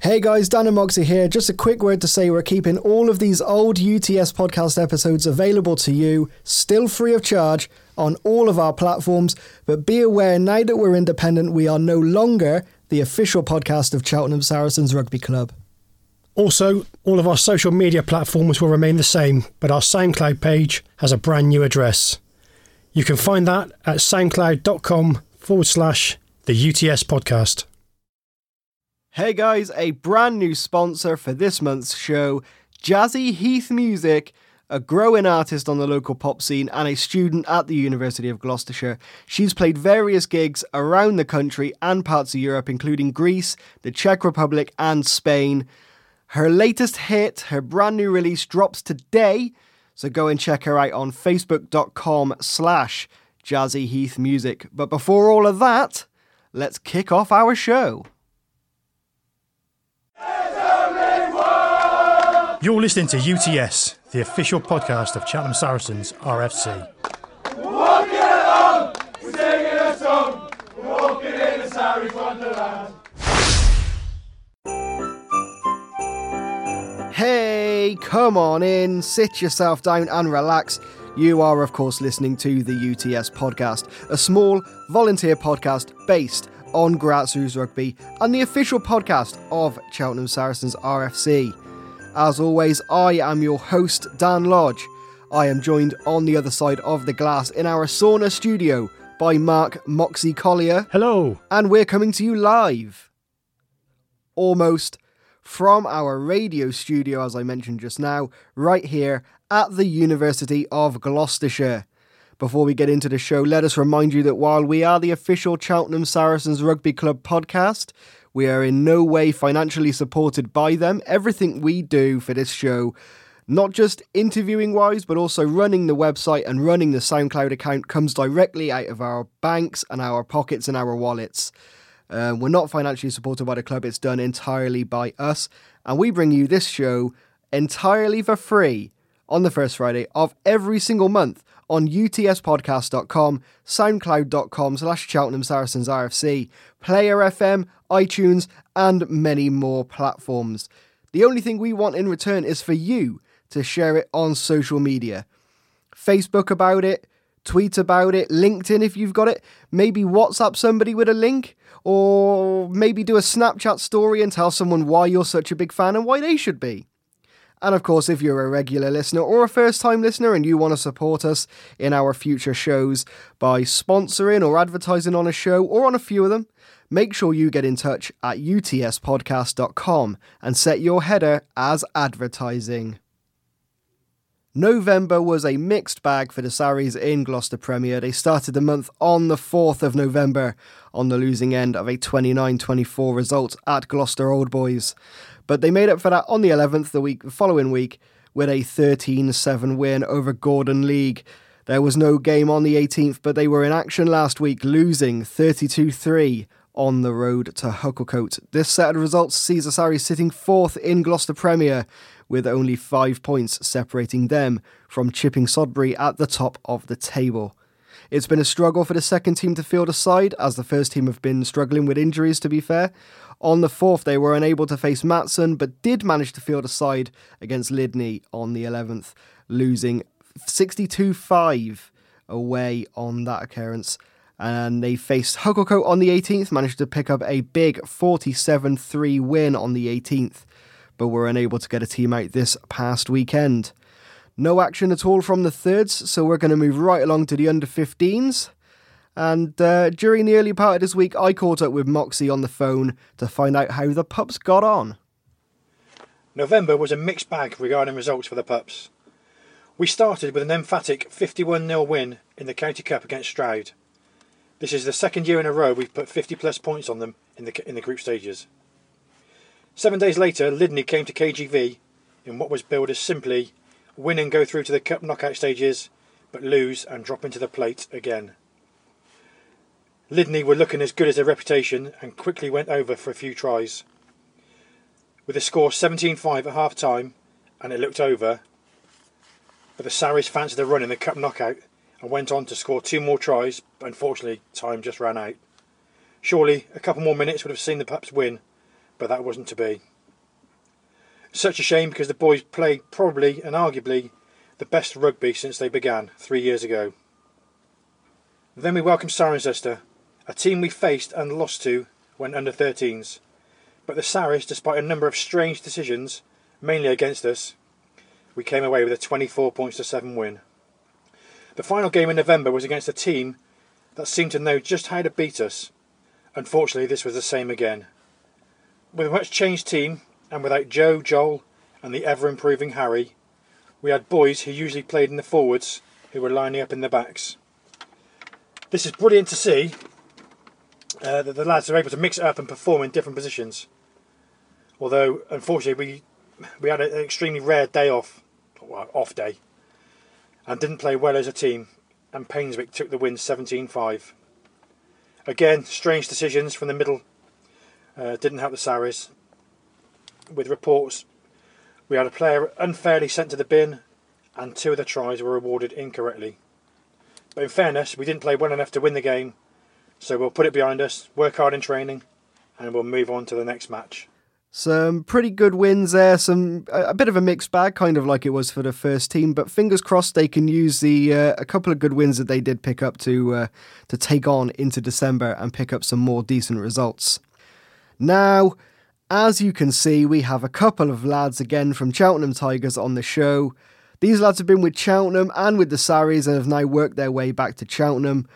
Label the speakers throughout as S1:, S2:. S1: Hey guys, Dan and Moxie here. Just a quick word to say we're keeping all of these old UTS podcast episodes available to you, still free of charge, on all of our platforms. But be aware now that we're independent, we are no longer the official podcast of Cheltenham Saracens Rugby Club.
S2: Also, all of our social media platforms will remain the same, but our SoundCloud page has a brand new address. You can find that at soundcloud.com forward slash the UTS podcast.
S1: Hey guys, a brand new sponsor for this month's show Jazzy Heath Music, a growing artist on the local pop scene and a student at the University of Gloucestershire. She's played various gigs around the country and parts of Europe, including Greece, the Czech Republic, and Spain. Her latest hit, her brand new release, drops today. So go and check her out on facebook.com slash Jazzy Heath Music. But before all of that, let's kick off our show.
S2: You're listening to UTS, the official podcast of Chatham Saracens RFC.
S1: Hey, come on in, sit yourself down and relax. You are, of course, listening to the UTS podcast, a small volunteer podcast based on Grazos Rugby and the official podcast of Cheltenham Saracens RFC. As always, I am your host, Dan Lodge. I am joined on the other side of the glass in our sauna studio by Mark Moxie Collier
S2: Hello.
S1: and we're coming to you live almost from our radio studio as i mentioned just now right here at the university of gloucestershire before we get into the show let us remind you that while we are the official cheltenham saracens rugby club podcast we are in no way financially supported by them everything we do for this show not just interviewing wise, but also running the website and running the SoundCloud account comes directly out of our banks and our pockets and our wallets. Um, we're not financially supported by the club, it's done entirely by us. And we bring you this show entirely for free on the first Friday of every single month on utspodcast.com, soundcloud.com slash Cheltenham Saracens RFC, Player FM, iTunes, and many more platforms. The only thing we want in return is for you to share it on social media. Facebook about it, tweet about it, LinkedIn if you've got it, maybe WhatsApp somebody with a link, or maybe do a Snapchat story and tell someone why you're such a big fan and why they should be. And of course, if you're a regular listener or a first time listener and you want to support us in our future shows by sponsoring or advertising on a show or on a few of them, make sure you get in touch at utspodcast.com and set your header as advertising. November was a mixed bag for the Saris in Gloucester Premier. They started the month on the 4th of November on the losing end of a 29 24 result at Gloucester Old Boys. But they made up for that on the 11th, the, week, the following week, with a 13 7 win over Gordon League. There was no game on the 18th, but they were in action last week, losing 32 3 on the road to Hucklecote. This set of results sees the Saris sitting fourth in Gloucester Premier, with only five points separating them from Chipping Sodbury at the top of the table. It's been a struggle for the second team to field a side, as the first team have been struggling with injuries, to be fair. On the fourth, they were unable to face Matson, but did manage to field a side against Lydney on the 11th, losing 62 5 away on that occurrence. And they faced Hugglecote on the 18th, managed to pick up a big 47 3 win on the 18th, but were unable to get a team out this past weekend. No action at all from the thirds, so we're going to move right along to the under 15s. And uh, during the early part of this week, I caught up with Moxie on the phone to find out how the pups got on.
S3: November was a mixed bag regarding results for the pups. We started with an emphatic 51 0 win in the County Cup against Stroud. This is the second year in a row we've put 50 plus points on them in the, in the group stages. Seven days later, Lydney came to KGV in what was billed as simply win and go through to the Cup knockout stages, but lose and drop into the plate again. Lydney were looking as good as their reputation and quickly went over for a few tries. With a score 17 5 at half time, and it looked over, but the Saris fancied a run in the Cup knockout and went on to score two more tries, but unfortunately, time just ran out. Surely, a couple more minutes would have seen the Pups win,
S4: but that wasn't to be. Such a shame because the boys played probably and arguably the best rugby since they began three years ago. Then we welcomed Cirencester, a team we faced and lost to when under 13s. But the Saris, despite a number of strange decisions, mainly against us, we came away with a 24 points to 7 win. The final game in November was against a team that seemed to know just how to beat us. Unfortunately, this was the same again. With a much changed team, and without Joe, Joel, and the ever improving Harry, we had boys who usually played in the forwards who were lining up in the backs. This is brilliant to see uh, that the lads are able to mix it up and perform in different positions. Although, unfortunately, we we had an extremely rare day off, well, off day, and didn't play well as a team. And Painswick took the win 17-5. Again, strange decisions from the middle uh, didn't help the Saris. With reports, we had a player unfairly sent to the bin, and two of the tries were awarded incorrectly. But in fairness, we didn't play well enough to win the game, so we'll put it behind us, work hard in training, and we'll move on to the next match.
S1: Some pretty good wins there. Some a, a bit of a mixed bag, kind of like it was for the first team. But fingers crossed they can use the uh, a couple of good wins that they did pick up to uh, to take on into December and pick up some more decent results. Now, as you can see, we have a couple of lads again from Cheltenham Tigers on the show. These lads have been with Cheltenham and with the Saris and have now worked their way back to Cheltenham.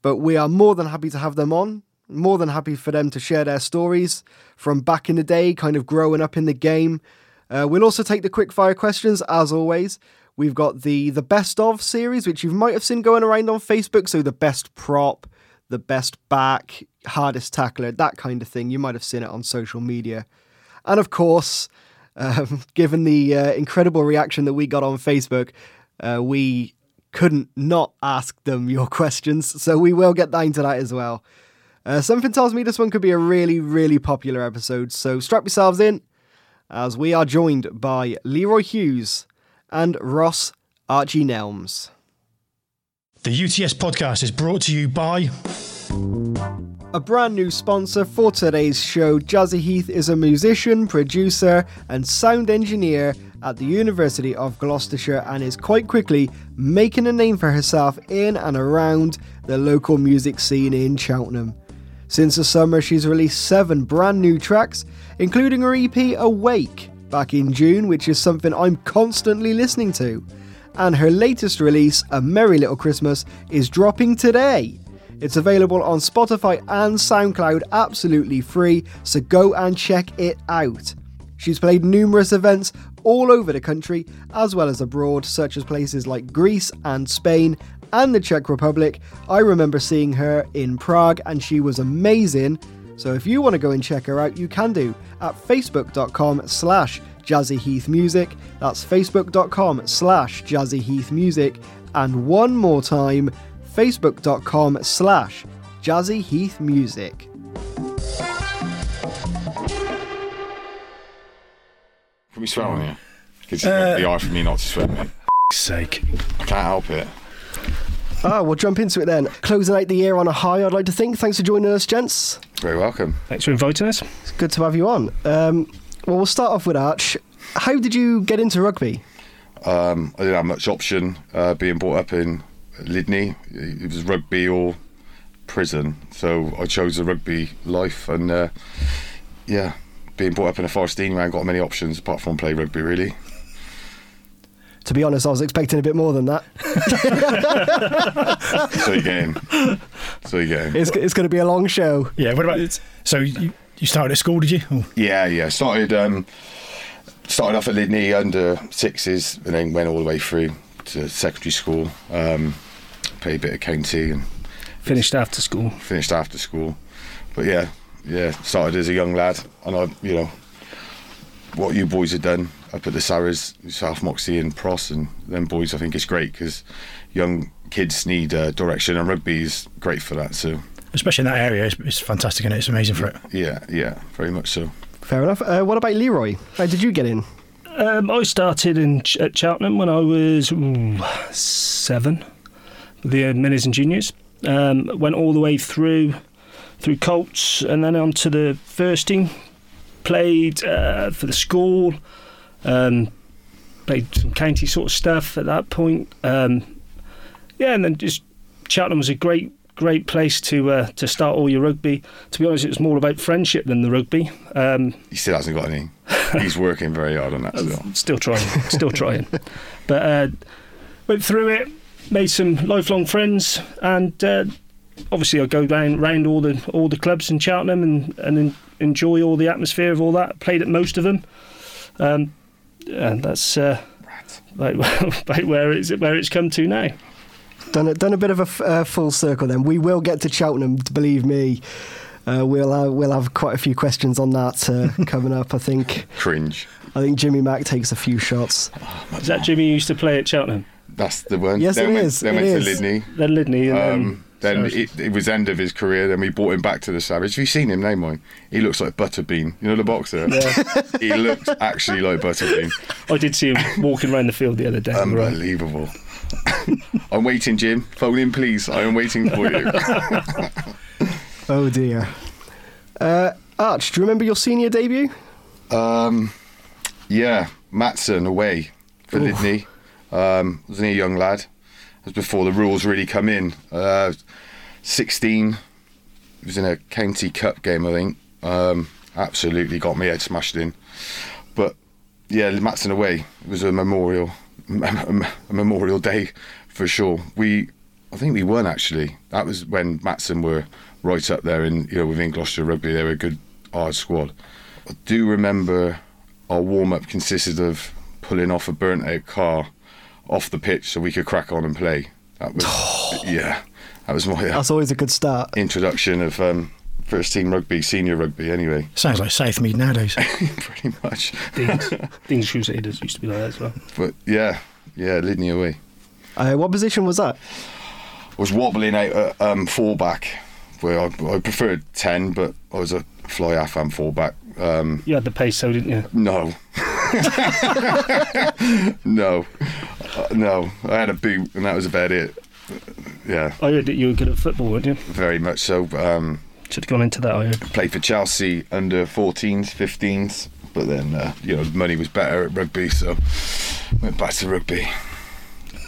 S1: But we are more than happy to have them on more than happy for them to share their stories from back in the day, kind of growing up in the game. Uh, we'll also take the quickfire questions as always. We've got the the best of series, which you might have seen going around on Facebook. So the best prop, the best back, hardest tackler, that kind of thing. You might have seen it on social media, and of course, um, given the uh, incredible reaction that we got on Facebook, uh, we couldn't not ask them your questions. So we will get into that as well. Uh, something tells me this one could be a really, really popular episode, so strap yourselves in as we are joined by Leroy Hughes and Ross Archie Nelms.
S5: The UTS podcast is brought to you by.
S1: A brand new sponsor for today's show, Jazzy Heath is a musician, producer, and sound engineer at the University of Gloucestershire and is quite quickly making a name for herself in and around the local music scene in Cheltenham. Since the summer, she's released seven brand new tracks, including her EP Awake back in June, which is something I'm constantly listening to. And her latest release, A Merry Little Christmas, is dropping today. It's available on Spotify and SoundCloud absolutely free, so go and check it out. She's played numerous events all over the country as well as abroad, such as places like Greece and Spain and the Czech Republic. I remember seeing her in Prague and she was amazing. So if you want to go and check her out, you can do at facebook.com slash jazzyheathmusic. That's facebook.com slash jazzyheathmusic. And one more time, facebook.com slash jazzyheathmusic.
S6: Can we swear on here? Because it's not the eye for me not to swear, mate.
S5: Sake.
S6: I can't help it.
S1: Ah, we'll jump into it then. Closing out the year on a high, I'd like to think. Thanks for joining us, gents.
S6: Very welcome.
S7: Thanks for inviting us.
S1: It's good to have you on. Um, well, we'll start off with Arch. How did you get into rugby?
S6: Um, I didn't have much option uh, being brought up in Lydney. It was rugby or prison, so I chose the rugby life. And uh, yeah, being brought up in a forest anyway, I got many options apart from play rugby. Really,
S1: To be honest, I was expecting a bit more than that.
S6: so you get in. So you get in.
S1: It's, it's going to be a long show.
S5: Yeah, what about. so you, you started at school, did you? Oh,
S6: Yeah, yeah. Started um, started off at Lydney under sixes, and then went all the way through to secondary school. Um, played a bit of county and
S7: Finished after school.
S6: finished after school. But yeah, yeah, started as a young lad, and I, you know, what you boys have done up at the Sarahs, South Moxie and Pross, and them boys, I think it's great because young kids need uh, direction, and rugby is great for that. So
S5: especially in that area, it's, it's fantastic and it's amazing for it.
S6: yeah, yeah, very much so.
S1: Fair enough. Uh, what about Leroy? How did you get in?
S7: Um, I started in Ch- at Cheltenham when I was ooh, seven, with the uh, minis and juniors. Um, went all the way through through Colts and then on to the first team. played uh, for the school, um, played some county sort of stuff at that point. Um, yeah, and then just Cheltenham was a great, great place to uh, to start all your rugby. To be honest, it was more about friendship than the rugby. Um,
S6: He still hasn't got any. He's working very hard on that still.
S7: still trying, still trying. But uh, went through it, made some lifelong friends, and uh, obviously I go down round all the all the clubs in Cheltenham and and en- enjoy all the atmosphere of all that. Played at most of them, um, and that's uh, about, about where it's where it's come to now.
S1: Done a, done a bit of a f- uh, full circle then. We will get to Cheltenham, d- believe me. Uh, we'll have, we'll have quite a few questions on that uh, coming up. I think
S6: Cringe.
S1: I think Jimmy Mack takes a few shots.
S7: Is that Jimmy who used to play at Cheltenham?
S6: That's the one.
S1: Yes,
S6: then
S1: it
S6: went,
S1: is,
S6: Then
S1: it
S6: went
S1: is.
S6: to Lydney.
S7: Then Lydney, and
S6: Um, then
S7: then
S6: it, it was end of his career. Then we brought him back to the Savage. Have you seen him, Namine? He looks like Butterbean. You know the boxer. he looks actually like Butterbean.
S7: I did see him walking around the field the other day.
S6: um,
S7: Right.
S6: Unbelievable. I'm waiting, Jim. Phone in, please. I am waiting for you.
S1: Oh dear. Uh, Arch, do you remember your senior debut?
S6: Um, yeah, Matson away for Lydney. Um, was only a young lad. It was before the rules really come in. Uh, 16. It was in a county cup game, I think. Um, absolutely got me head smashed in. But yeah, Matson away. It was a memorial, a memorial day for sure. We, I think we won actually. That was when Matson were right up there in you know within Gloucester rugby. They were a good hard squad. I do remember our warm up consisted of pulling off a burnt out car off the pitch so we could crack on and play. That was yeah. That was my uh,
S1: That's always a good start.
S6: introduction of um, first team rugby, senior rugby. Anyway,
S2: Sounds like Southmead nowadays.
S6: pretty much.
S7: Dean's, Dean's Crusaders used to be like that as well.
S6: But yeah, yeah, Lydney away.
S1: Uh, what position was that?
S6: was wobbling out at um, fullback, where I, I preferred 10, but I was a fly half and fullback. Um,
S7: You had the pace, so didn't you?
S6: no. no. Uh, no. I had a boot, and that was about it. Yeah,
S7: I heard that you were good at football, weren't you?
S6: very much so. Um,
S7: Should have gone into that. I heard.
S6: played for Chelsea under 14s, 15s, but then, uh, you know, money was better at rugby, so went back to rugby.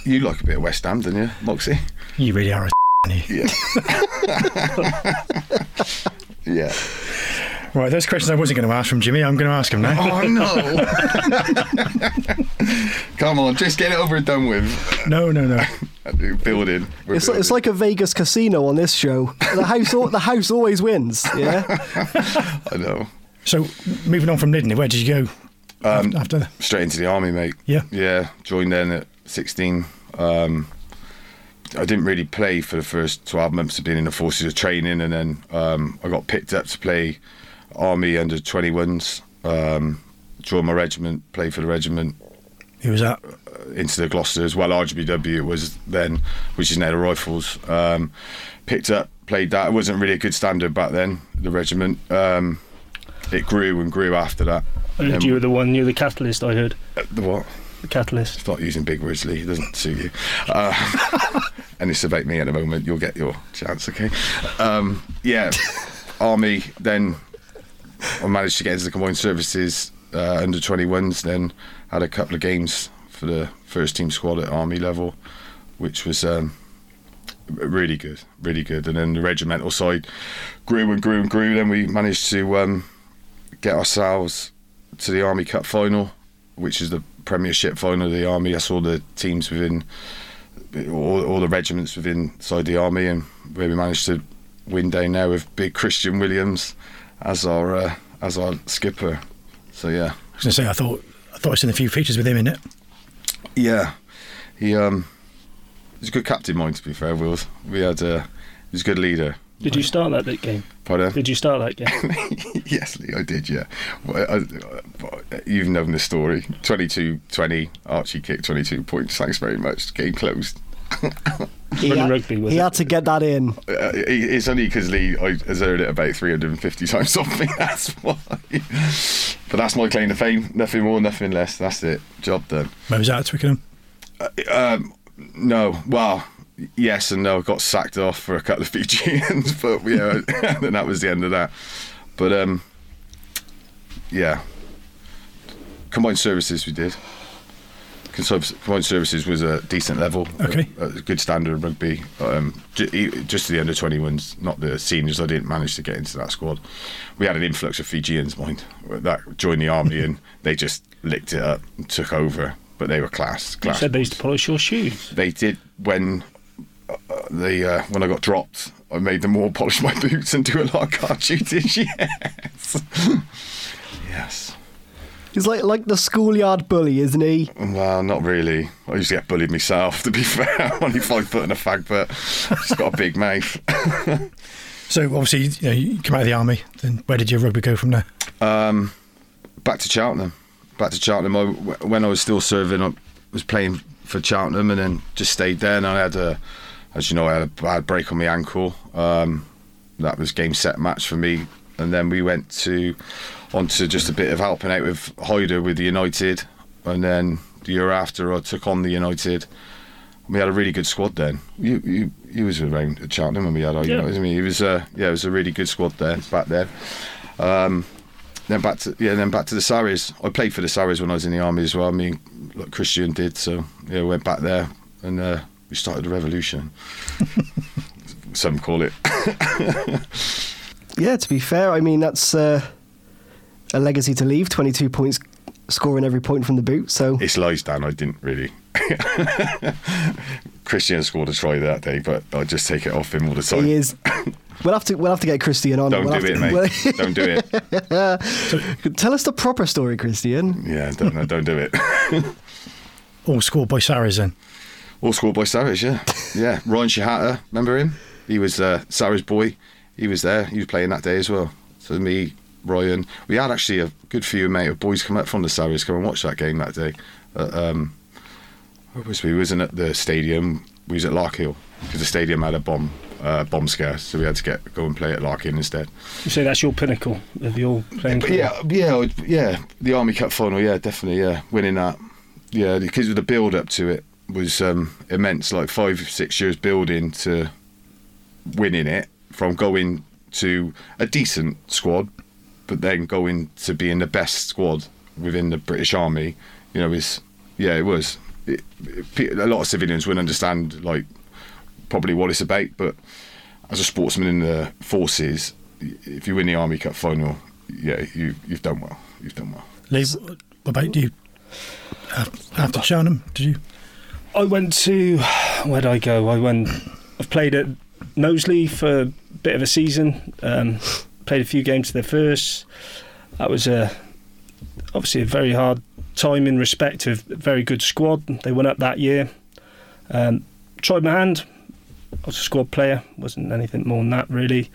S6: You like a bit of West Ham, didn't you, Moxie?
S2: you really are a aren't you?
S6: Yeah. yeah.
S2: Right, those questions I wasn't going to ask from Jimmy, I'm going to ask him now.
S6: Oh no! Come on, just get it over and done with.
S2: No, no, no.
S6: We're Building. We're
S1: It's, like- it's
S6: building.
S1: like a Vegas casino on this show. The house al- the house always wins. Yeah.
S6: I know.
S2: So, moving on from Lydney, where did you go um, after? that?
S6: Straight into the army, mate.
S2: Yeah.
S6: Yeah. Joined then at 16. Um, I didn't really play for the first 12 months of being in the forces of training, and then um, I got picked up to play army under 21s. Um, joined my regiment, played for the regiment,
S2: Who was that?
S6: into the Gloucester as well. RGBW was then, which is now the Rifles. Um, picked up, played that. It wasn't really a good standard back then, the regiment. Um, it grew and grew after that.
S7: I heard
S6: Um,
S7: you were the one. You're the catalyst. I heard
S6: Uh, The what?
S7: the catalyst.
S6: Start using big words, Lee. It doesn't suit you. Uh, and it's about me at the moment. You'll get your chance, okay? Um, yeah, army. Then I managed to get into the combined services uh, under 21s. Then had a couple of games for the first team squad at army level, which was um, r- really good, really good. And then the regimental side grew and grew and grew. Then we managed to um, get ourselves to the Army Cup final, which is the Premiership final of the Army. I saw the teams within, all, all the regiments within inside the Army, and where we managed to win down there with big Christian Williams as our uh, as our skipper. So yeah,
S2: I was going to say, I thought I thought I seen a few features with him in it.
S6: yeah, he um, he's a good captain, mind to be fair. Wills, we had uh, he's a good leader.
S7: Did you start that bit game?
S6: Pardon?
S7: Did you start that game?
S6: yes, Lee, I did, yeah. Well, I, I, you've known the story. 22 20, Archie kicked 22 points. Thanks very much. Game closed.
S1: He,
S7: Running
S1: had,
S7: rugby with
S1: he
S7: it.
S1: had to get that in.
S6: Uh, it- it's only because Lee, I has heard it about 350 times off me. That's why. but that's my claim to fame. Nothing more, nothing less. That's it. Job done.
S2: Where was that? Twickenham.
S6: Um, no, well, yes and no. I got sacked off for a couple of Fijians, but yeah, and that was the end of that. But um, yeah, combined services we did. Conserv- Combined services was a decent level,
S2: Okay.
S6: a, a good standard of rugby. Um, ju- e- just the under 21s, not the seniors. I didn't manage to get into that squad. We had an influx of Fijians, mind that joined the army, and they just licked it up and took over. But they were class.
S7: You
S6: class
S7: said they used to polish your shoes.
S6: they did when uh, the uh, when I got dropped. I made them all polish my boots and do a lot of card shooting. Yes, yes.
S1: He's like like the schoolyard bully, isn't he?
S6: Well, not really. I used to get bullied myself. To be fair, I'm only five foot and a fag, but she's got a big mouth.
S2: So obviously, you, know, you come out of the army. Then where did your rugby go from there?
S6: back to Cheltenham. Back to Cheltenham. I, when I was still serving, I was playing for Cheltenham and then just stayed there. And I had a, as you know, I had a bad break on my ankle. Um, that was game set match for me. And then we went to onto just a bit of helping out with Hoyder with the United. And then the year after, I took on the United. We had a really good squad then. You you you was around at Cheltenham and we had, you
S7: Yeah.
S6: know, I mean, it was a yeah, it was a really good squad there back then. Um, then back to yeah, then back to the Saris. I played for the Saris when I was in the army as well. Me and like Christian did, so yeah, went back there and uh, we started a revolution. Some call it.
S1: Yeah, to be fair, I mean that's uh, a legacy to leave. Twenty-two points, scoring every point from the boot. So
S6: It's lies down. I didn't really. Christian scored a try that day, but I just take it off him all the time.
S1: he is. We'll have to we'll have to get Christian on.
S6: Don't
S1: we'll
S6: do
S1: have
S6: it,
S1: to,
S6: mate.
S1: we'll-
S6: don't do it.
S1: tell us the proper story, Christian.
S6: Yeah, don't no, don't do it.
S2: All scored by Sarries then.
S6: All scored by Sarris, yeah. Yeah. Ryan Shahata, remember him? He was uh, Sarris' boy. He was there. He was playing that day as well. So me, Ryan, we had actually a good few mate of boys come up from the Sarris come and watch that game that day. Uh, um, where was we? We wasn't at the stadium. We was at Larkhill because the stadium had a bomb uh, bomb scare, so we had to get go and play at Larkhill instead.
S7: You say that's your pinnacle of your playing
S6: But
S7: career.
S6: yeah, yeah, I'd- yeah. The Army Cup final, yeah, definitely, yeah, winning that, yeah, because of the build up to it was um, immense. Like five, six years building to winning it from going to a decent squad, but then going to being the best squad within the British Army. You know, is yeah, it was. It, it, pe- a lot of civilians wouldn't understand like probably what it's about, but as a sportsman in the forces, y- if you win the Army Cup final, yeah, you you've done well. You've done well.
S2: Lee, what about you? After Cheltenham, did you?
S7: I went to where'd I go? I went. I've played at Knowsley for a bit of a season. Um, played a few games there first. That was a obviously a very hard time in respect of a very good squad. They went up that year. Um, tried my hand. I was a squad player. wasn't anything more than that really.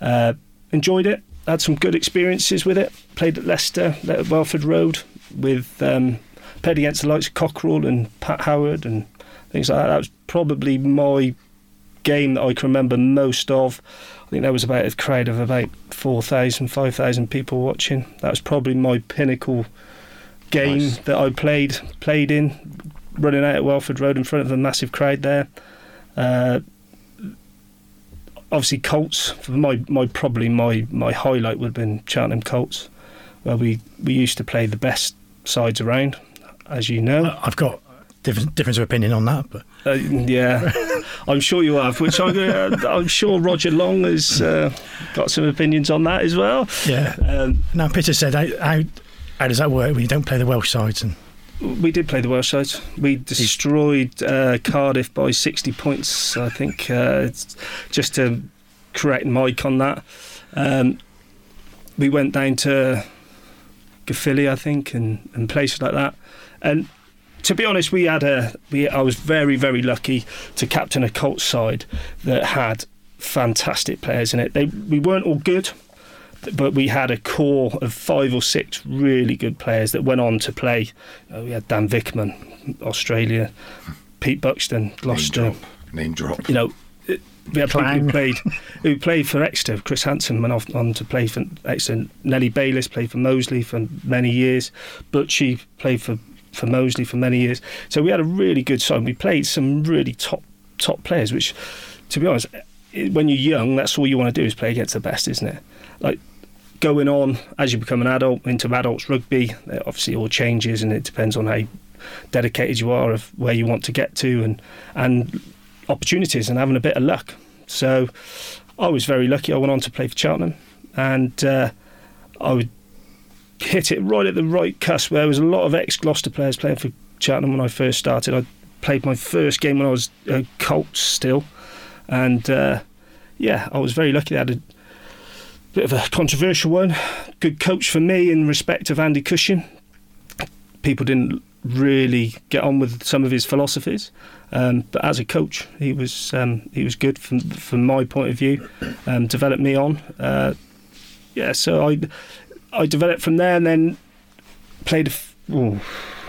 S7: Uh, enjoyed it. Had some good experiences with it. Played at Leicester, Le- Welford Road with um, played against the likes of Cockerell and Pat Howard and things like that. That was probably my game that I can remember most of. I think there was about a crowd of about 4,000, 5,000 people watching. That was probably my pinnacle game
S6: Nice.
S7: that I played played in, running out at Welford Road in front of a massive crowd there. Uh, obviously, Colts. For my my probably my my highlight would have been Cheltenham Colts, where we we used to play the best sides around, as you know.
S2: I- I've got different difference of opinion on that, but
S7: Uh, yeah, I'm sure you have. Which I'm, uh, I'm sure Roger Long has uh, got some opinions on that as well.
S2: yeah.
S7: Um,
S2: Now Peter said, how, how, how does that work when you don't play the Welsh sides? And
S7: we did play the Welsh sides. We destroyed uh, Cardiff by 60 points. I think uh, it's- just to correct Mike on that, um, we went down to Gaffili, I think, and, and places like that. And to be honest, we had a we I was very very lucky to captain a Colts side that had fantastic players in it. They we weren't all good, but we had a core of five or six really good players that went on to play. Uh, we had Dan Vickman, Australia, Pete Buxton, Gloucester.
S6: Name drop. Name drop.
S7: You know, it- we had people
S2: Clang.
S7: who played who played for Exeter. Chris Hanson went off on to play for Exeter. Nellie Bayliss played for Mosley for many years. Butchie played for for Mosley for many years. So we had a really good side. We played some really top top players, which, to be honest, i- when you're young, that's all you want to do is play against the best, isn't it? Like going on as you become an adult into adults rugby, it obviously all changes and it depends on how dedicated you are of where you want to get to and and opportunities and having a bit of luck. So I was very lucky. I went on to play for Cheltenham and uh, I would hit it right at the right cusp. There was a lot of ex Gloucester players playing for Cheltenham when I first started. I played my first game when I was a uh, Colts still, and uh, yeah, I was very lucky. I had a bit of a controversial one. Good coach for me in respect of Andy Cushing. People didn't really get on with some of his philosophies, um, but as a coach, he was um, he was good from from my point of view. Um, developed me on, uh, yeah. So I I developed from there, and then played. A f- ooh,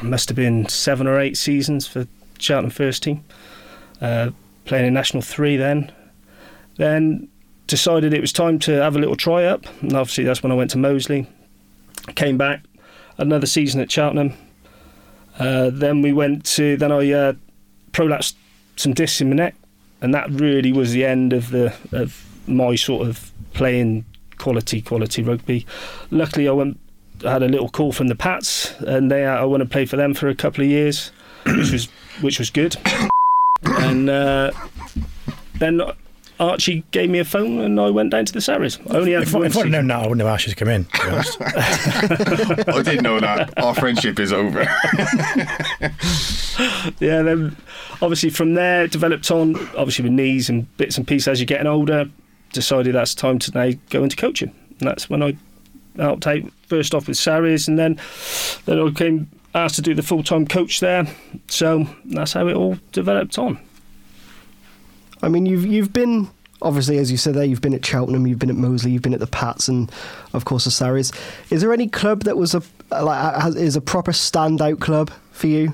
S7: must have been seven or eight seasons for Cheltenham first team, uh, playing in National Three. Then, then decided it was time to have a little try up, and obviously that's when I went to Moseley. Came back another season at Cheltenham. Uh, then we went to then I uh, prolapsed some discs in my neck, and that really was the end of the of my sort of playing quality quality rugby. Luckily, I went. I had a little call from the Pats, and they I went and played for them for a couple of years, which was which was good. And uh, then Archie gave me a phone, and I went down to the Sarries. I only had
S4: If, I-
S7: one
S4: if I'd
S7: season.
S4: have known that, I wouldn't have asked you to come in. to be honest.
S6: I did know that. Our friendship is over.
S7: yeah, then obviously from there developed on obviously with knees and bits and pieces as you're getting older. Decided that's time to now go into coaching. And that's when I helped out first off with Sarries, and then then I came asked to do the full time coach there. So that's how it all developed on.
S1: I mean, you've you've been obviously, as you said there, you've been at Cheltenham, you've been at Moseley, you've been at the Pats, and of course the Sarries. Is there any club that was a like has, is a proper standout club for you?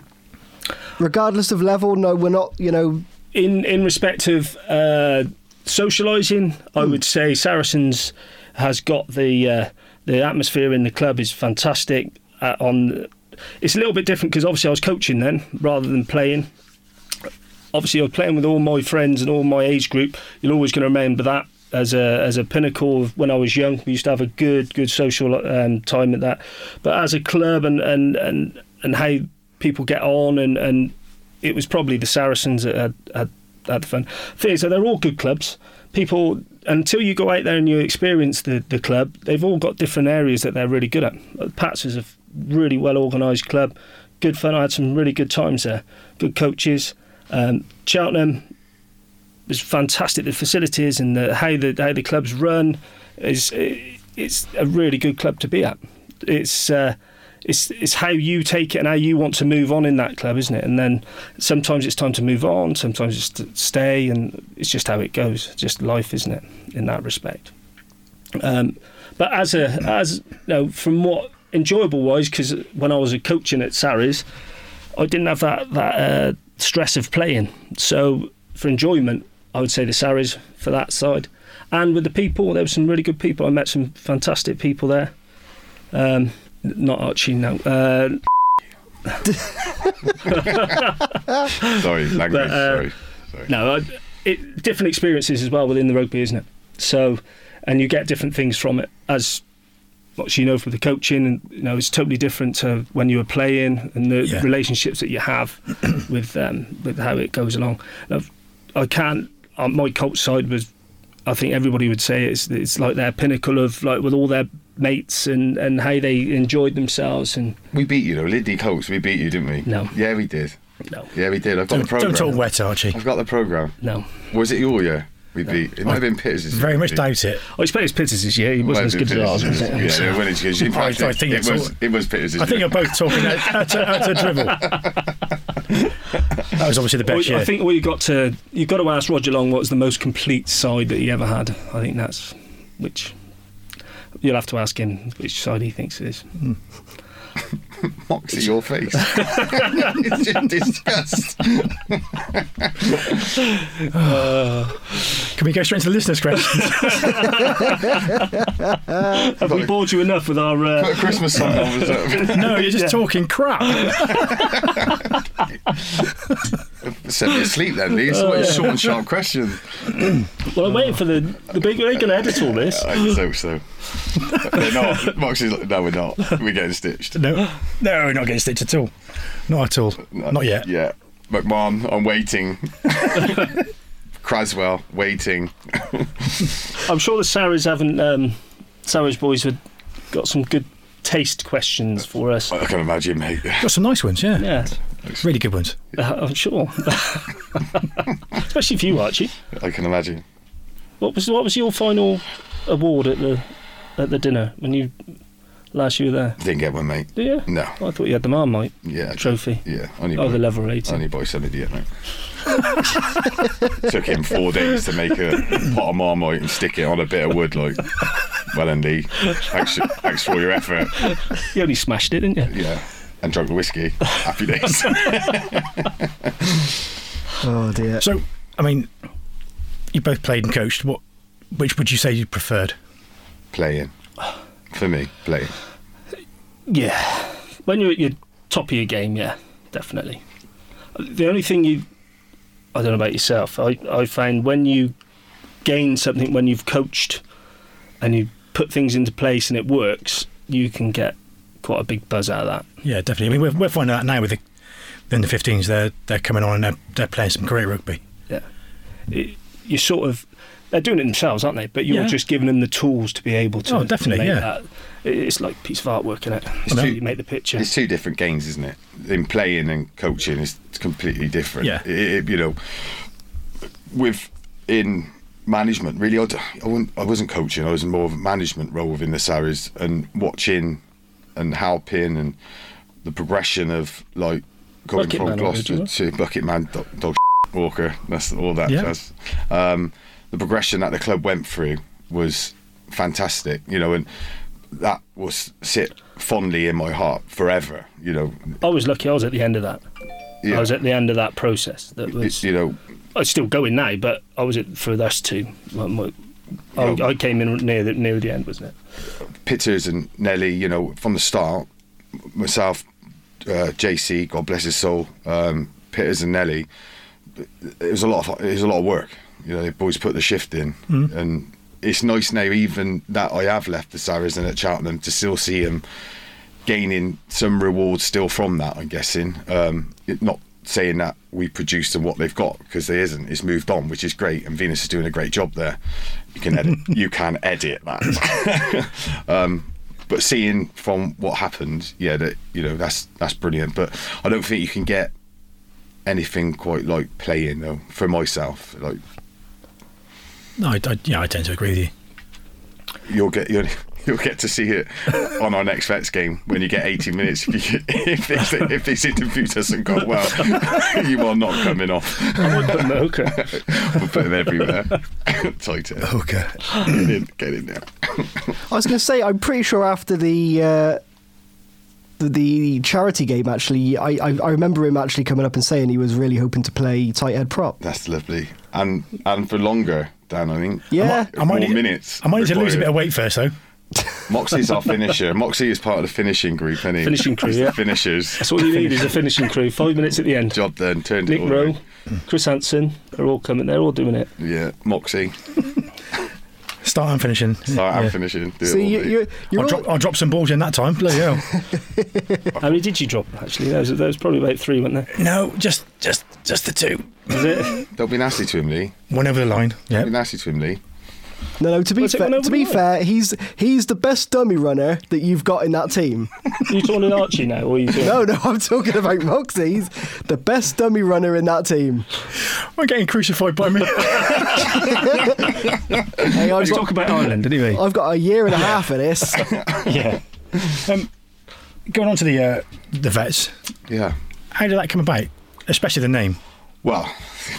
S1: Regardless of level, no, we're not. You know,
S7: in in respect of uh, socialising, I would say Saracens has got the uh, the atmosphere in the club is fantastic. Uh, on it's a little bit different because obviously I was coaching then rather than playing. Obviously, I was playing with all my friends and all my age group. You're always going to remember that as a as a pinnacle of when I was young. We used to have a good good social um, time at that. But as a club and and and and how people get on and and it was probably the Saracens that had, had, had the fun. Thing is, that they're all good clubs. People, until you go out there and you experience the, the club, they've all got different areas that they're really good at. Pats is a f- really well organised club, good fun. I had some really good times there, good coaches. Um, Cheltenham was fantastic. The facilities and the, how the how the clubs run is it's a really good club to be at. It's uh, it's it's how you take it and how you want to move on in that club, isn't it? And then sometimes it's time to move on, sometimes it's to stay, and it's just how it goes. Just life, isn't it? In that respect. Um, but as a as you know, from what enjoyable wise, because when I was a coaching at Sarries, I didn't have that that uh, stress of playing. So for enjoyment, I would say the Sarries for that side, and with the people, there were some really good people. I met some fantastic people there. Um, not Archie, no. Uh,
S6: sorry, language.
S7: uh,
S6: sorry. sorry.
S7: no, I, it, different experiences as well within the rugby, isn't it? So, and you get different things from it as much you know from the coaching, and you know it's totally different to when you were playing and the
S4: Yeah.
S7: relationships that you have with um, with how it goes along. And I've- I can't. uh, My coach side was, I think everybody would say it's it's like their pinnacle of like with all their mates and and how they enjoyed themselves and
S6: We beat you though, Liddy Coates. We beat you, didn't we?
S7: No.
S6: Yeah, we did.
S7: no
S6: Yeah, we did. I've got
S4: don't,
S6: the program.
S4: don't talk wet, Archie.
S6: I've got the program.
S7: no.
S6: Was it your year? We beat. It might have been Pitters.
S4: Very much doubt it.
S7: I expect it's Pitters this year. He wasn't as good as ours. Was it?
S6: Yeah, they were as good. In
S4: I-
S6: fact,
S4: I think
S6: it
S4: it's
S6: was.
S4: all-
S6: It was Pitters.
S4: I think you're both talking out, out, of- out of drivel. That was obviously the
S7: Well,
S4: best year.
S7: I think what you've got to you've got to ask Roger Long what's the most complete side that he ever had. I think that's which you'll have to ask him which side he thinks it is.
S6: mocks at your face. it's just disgust.
S4: Can we go straight into the listeners' questions?
S7: Have we bored you enough with our?
S6: Put
S7: Uh,
S6: a Christmas song on. Was that?
S4: no, you're just talking crap.
S6: sent me to sleep then, Lee. So what a short and sharp question.
S7: Well, I'm waiting for the the big. They're going to edit all this.
S6: I just hope so. They're not. Moxie's like, no, we're not. We're getting stitched.
S4: No, no, not getting stitched at all. Not at all. not yet.
S6: Yeah. McMahon, I'm waiting. Craswell, waiting.
S7: I'm sure the Sarahs haven't. Um, Sarahs boys have got some good taste questions for us.
S6: I can imagine, mate.
S4: Got some nice ones, yeah.
S7: Yeah,
S4: Really good ones.
S7: uh, I'm sure. Especially for you, Archie.
S6: I can imagine.
S7: What was what was your final award at the at the dinner when you last you were there?
S6: Didn't get one, mate.
S7: Did you?
S6: No.
S7: I thought you had the Marmite
S6: Yeah. I-
S7: trophy.
S6: Yeah. Only
S7: Oh,
S6: boy,
S7: the level
S6: only
S7: rating.
S6: boy said idiot, mate. Took him four days to make a pot of marmite and stick it on a bit of wood, like. Well, Andy, thanks, thanks for your effort.
S7: You only smashed it, didn't you?
S6: Yeah. And drunk whiskey. Happy days.
S1: Oh dear.
S4: So, I mean, you both played and coached. What, which would you say you preferred?
S6: playing. For me, playing.
S7: Yeah. When you're at your top of your game, yeah, definitely. The only thing you, I don't know about yourself, I, I find when you gain something, when you've coached and you put things into place and it works, you can get quite a big buzz out of that.
S4: Yeah, definitely. I mean, we're, we're finding out now with the, the under 15s, they're, they're coming on and they're, they're playing some great rugby.
S7: It, you sort of, they're doing it themselves, aren't they? But you're
S4: Yeah.
S7: just giving them the tools to be able to.
S4: Oh, definitely,
S7: make
S4: yeah.
S7: That. It- It's like a piece of artwork, in it?
S6: It's too-
S7: you make the picture.
S6: It's two different games, isn't it? In playing and coaching is completely different.
S4: Yeah.
S6: It, it- you know, with in management, really, I, d- I, wouldn't, I wasn't coaching. I was in more of a management role within the Sarries and watching and helping and the progression of like going
S7: Bucket
S6: from
S7: man, what would you
S6: Gloucester to Bucket Man, dog, dog Walker. That's all that.
S4: Yeah.
S6: jazz. Um, the progression that the club went through was fantastic, you know, and that was sit fondly in my heart forever, you know.
S7: I was lucky I was at the end of that.
S6: Yeah.
S7: I was at the end of that process. That was.
S6: you know,
S7: it's still going now, but I was at for us two. My- my- I,
S6: Yeah.
S7: I came in near the, near the end, wasn't it?
S6: Pitters and Nelly, you know, from the start, myself, uh, JC, God bless his soul, um, Pitters and Nelly, it was a lot of it was a lot of work. You know, the boys put the shift in, and it's nice now even that I have left the Sarries and at Cheltenham to still see him gaining some reward still from that. I'm guessing. Um, it, not saying that we produced and what they've got because they isn't. It's moved on, which is great, and Venus is doing a great job there. You can edit. you can edit that. um, but seeing from what happened, yeah, that you know that's that's brilliant. But I don't think you can get anything quite like playing though for myself. Like
S4: No, I, I- yeah, I tend to agree with you.
S6: you'll get you'll, you'll get to see it on our next Vets game when you get 80 minutes. If, you, if, this, if this interview doesn't go well, you are not coming off.
S7: I would put him at hooker.
S6: We'll put them everywhere. Tight it.
S4: Okay.
S6: Get in, get in there.
S1: I was going to say, I'm pretty sure after the uh, the, the charity game, actually, I, I I remember him actually coming up and saying he was really hoping to play tight head prop.
S6: That's lovely. And and for longer, Dan, I think.
S1: Yeah.
S4: I might
S6: More
S4: need,
S6: minutes.
S4: I might need to lose a bit
S6: required.
S4: of weight first, though.
S6: Moxie's our finisher. Moxie is part of the finishing group, isn't he?
S7: Finishing crew, yeah.
S6: Finishers.
S7: That's all you need is a finishing crew. Five minutes at the end.
S6: Job done. Turned
S7: Nick
S6: it all the way.
S7: Rowe, Chris Hansen, they're all coming. They're all doing it.
S6: Yeah, Moxie.
S4: Start and finishing.
S6: Start and
S4: Yeah.
S6: finishing. Do
S1: So
S6: it all
S1: you,
S6: day.
S1: you, you're
S4: I'll,
S1: all-
S4: drop, I'll drop some balls in that time. Bloody hell.
S7: How many did you drop? Actually, there was, there was probably about three, weren't there?
S4: no, just just just the two.
S7: Was it?
S6: Don't be nasty to him, Lee.
S4: One over the line.
S6: Don't
S4: Yeah.
S6: be nasty to him, Lee.
S1: no, no. To be
S7: Was it
S1: fair,
S7: one over
S1: to be
S7: the
S1: fair, he's he's the best dummy runner that you've got in that team.
S7: Are you talking to Archie now, or are you talking?
S1: no, no, I'm talking about Moxie. He's the best dummy runner in that team.
S4: I'm getting crucified by me.
S1: Hey, I've,
S7: Let's
S1: got,
S7: talk about Ireland, didn't we?
S1: I've got a year and a half of this.
S4: yeah. Um, going on to the uh, the vets,
S6: Yeah.
S4: how did that come about? Especially the name.
S6: Well,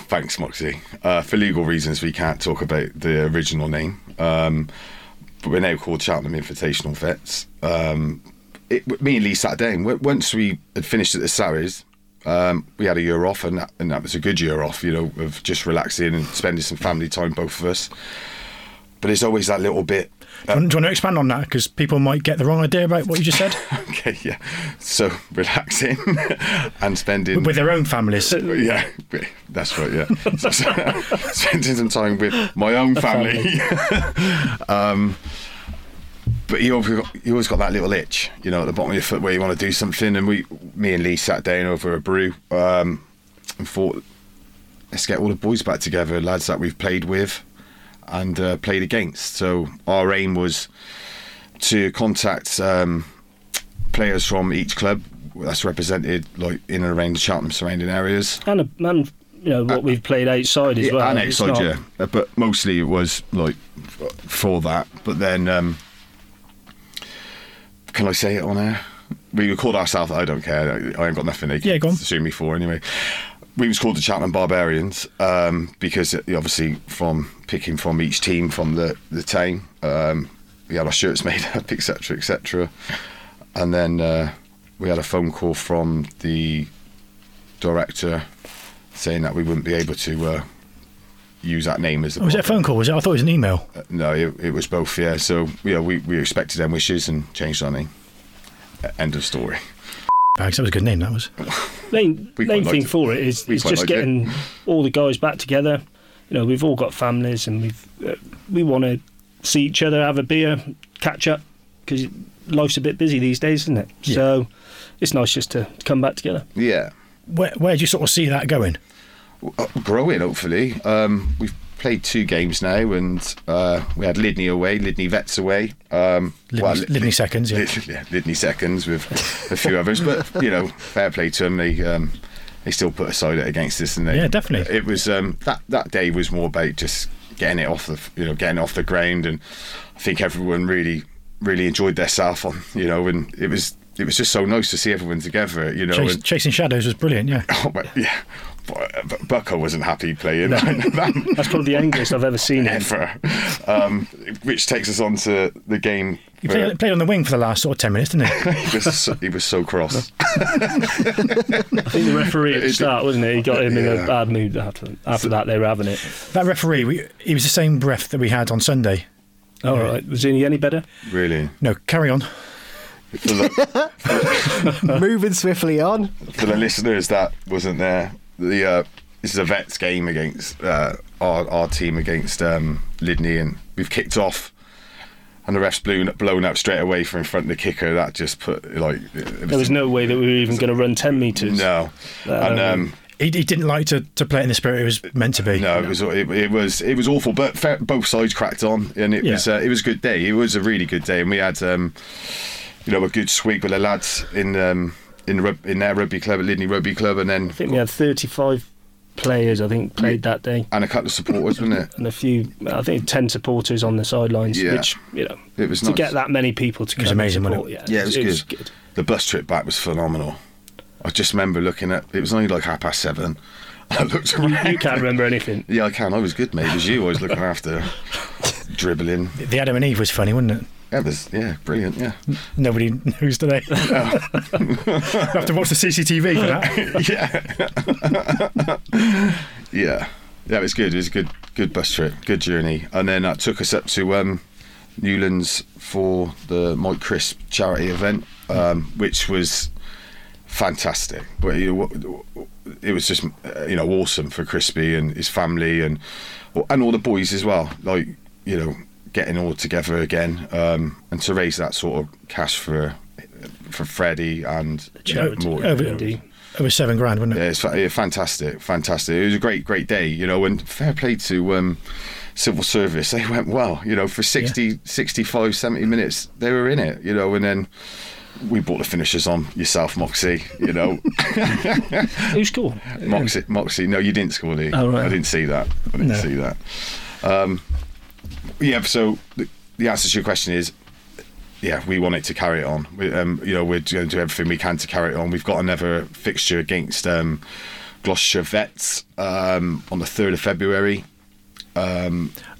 S6: thanks, Moxie. Uh, for legal reasons, we can't talk about the original name. Um, but we're now called Cheltenham Invitational Vets. Um, it, me and Lee sat down. W- Once we had finished at the Sarries, um, we had a year off, and that, and that was a good year off, you know, of just relaxing and spending some family time, both of us. But it's always that little bit
S4: Do you, want, do you want to expand on that? Because people might get the wrong idea about what you just said
S6: Okay, yeah. So relaxing and spending
S4: with their own families. Oh,
S6: yeah, that's right. Yeah, spending some time with my own family. um, but you always, got, you always got that little itch, you know, at the bottom of your foot where you want to do something. And we, me and Lee, sat down over a brew um, and thought, let's get all the boys back together, lads that we've played with and uh, played against. So our aim was to contact um, players from each club that's represented, like in and around the Cheltenham surrounding areas.
S7: and a, and you know what we've played outside as
S6: Uh, Yeah,
S7: well.
S6: and
S7: It's
S6: outside,
S7: not-
S6: yeah. Uh, But mostly it was like f- for that. But then, um, can I say it on air? We were called ourselves. I don't care. I, I ain't got nothing. They
S4: Yeah, go on.
S6: Sue me for anyway. We was called the Cheltenham Barbarians um, because uh, obviously from picking from each team from the the team, um, we had our shirts made up, etc., etc. And then uh, we had a phone call from the director saying that we wouldn't be able to uh, use that name as the.
S4: Oh, was it a phone call? Was it? I thought it was an email.
S6: Uh, No, it, it was both. Yeah, so yeah, we we expected their wishes and changed our name. E- End of story.
S4: Bags. That was a good name. That was.
S7: main,
S6: We
S7: main
S6: quite
S7: thing
S6: liked it.
S7: for it is,
S6: We
S7: is
S6: quite
S7: just
S6: liked it.
S7: getting all the guys back together. You know, we've all got families and we've uh, we want to see each other, have a beer, catch up because life's a bit busy these days, isn't it?
S4: Yeah.
S7: So it's nice just to come back together.
S6: Yeah,
S4: Where, where do you sort of see that going?
S6: Uh, growing hopefully. Um, we've played two games now, and uh, we had Lydney away, Lydney Vets away. Um,
S4: Lydney- Lydney seconds, yeah.
S6: Lyd- yeah, Lydney seconds with a few others, but you know, fair play to them. They um, they still put aside it against us, and they
S4: Yeah, definitely.
S6: It was um, that that day was more about just getting it off the you know getting off the ground, and I think everyone really really enjoyed themselves on you know, and it was it was just so nice to see everyone together, you know.
S4: Chase,
S6: and-
S4: Chasing Shadows was brilliant. Yeah.
S6: Oh, well, yeah. But, but Bucko wasn't happy playing
S7: That's probably the angriest I've ever seen it.
S6: ever. Um, which takes us on to the game.
S4: He
S6: where
S4: played, played on the wing for the last sort of ten minutes, didn't he?
S6: he, was so, he was so cross.
S7: I think the referee at the
S6: It-
S7: start, wasn't it? He got him in
S6: Yeah.
S7: a bad mood after after that. They were having it.
S4: that referee. We, he was the same ref that we had on Sunday.
S7: All right, was he any better?
S6: Really.
S4: No, carry on.
S6: For the,
S1: Moving swiftly on.
S6: for the listeners that wasn't there, the uh, this is a vets game against uh, our, our team against um, Lydney, and we've kicked off. And the ref's blown, blown up straight away from in front of the kicker. That just put like it was,
S7: There was no way that we were even going to run ten meters.
S6: no. and um,
S4: He, he didn't like to, to play it in the spirit it was meant to be.
S6: No, it was it, it was it was awful, but fair, both sides cracked on, and it
S4: Yeah.
S6: was uh, it was a good day. It was a really good day, and we had um, you know a good swig with the lads in um, in rug- in their rugby club at Lydney Rugby Club, and then
S7: I think we had thirty-five players. I think played that day.
S6: and a couple of supporters, wasn't it?
S7: and a few, I think, ten supporters on the sidelines.
S6: Yeah.
S7: Which you know,
S6: It was
S7: to
S6: nice.
S7: get that many people to come
S4: was
S7: and
S4: amazing, wasn't
S7: support,
S4: it?
S7: Yeah,
S6: Yeah, it was good.
S7: good.
S6: The bus trip back was phenomenal. I just remember looking at it was only like half past seven. I looked around.
S7: You can't remember anything.
S6: yeah, I can. I was good, mate. It was you I was looking after dribbling.
S4: The Adam and Eve was funny, wasn't it?
S6: Yeah, it was yeah, brilliant. Yeah,
S4: Nobody knows today. you have to watch the CCTV for that.
S6: yeah. yeah. That was good. It was a good good bus trip, good journey. And then that took us up to um, Newlands for the Mike Crisp charity event, um, which was fantastic. But you know, what- it was just uh, you know awesome for Crispy and his family and and all the boys as well. Like you know, getting all together again um, and to raise that sort of cash for for Freddie and
S7: charity.
S6: Morton.
S4: Over,
S7: Indeed.
S4: over seven grand, wasn't it?
S6: Yeah, it's fa- yeah, fantastic, fantastic. It was a great, great day, you know. And fair play to um, civil service; they went well, you know, for 60, 65, 70 minutes. They were in it, you know. And then we brought the finishers on yourself, Moxie. You know,
S7: Who scored?
S6: Moxie, Moxie. No, you didn't score, Lee.
S7: Oh, right.
S6: I didn't see that. I didn't
S4: No.
S6: see that. Um, yeah. So the, the answer to your question is. Yeah, we want it to carry it on. We, um, you know, we're going to do everything we can to carry it on. We've got another fixture against um, Gloucestershire Vets um, on the third of February.
S4: Not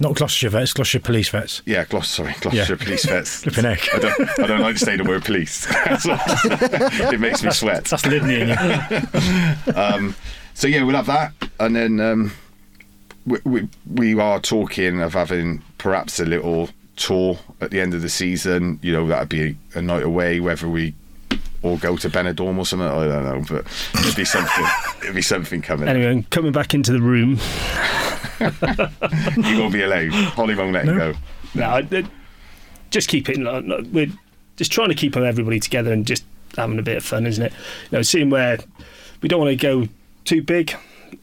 S4: Gloucestershire vets, Gloucestershire police vets.
S6: Yeah, Glouc- sorry, Gloucestershire Police Vets.
S4: Flipping heck.
S6: I don't, I don't like to say the word police. That's all. it makes me sweat.
S4: That's Lydney in you.
S6: So yeah, we'll have that, and then um, we, we we are talking of having perhaps a little tour at the end of the season. You know, that'd be a night away, whether we all go to Benidorm or something. I don't know, but it'd be something. it'd be something coming.
S7: Anyway, and coming back into the room.
S6: You won't be allowed. Holly won't let you go.
S7: No, I- I- just keep it. like, like, We're just trying to keep everybody together and just having a bit of fun, isn't it? You know, seeing where we don't want to go too big.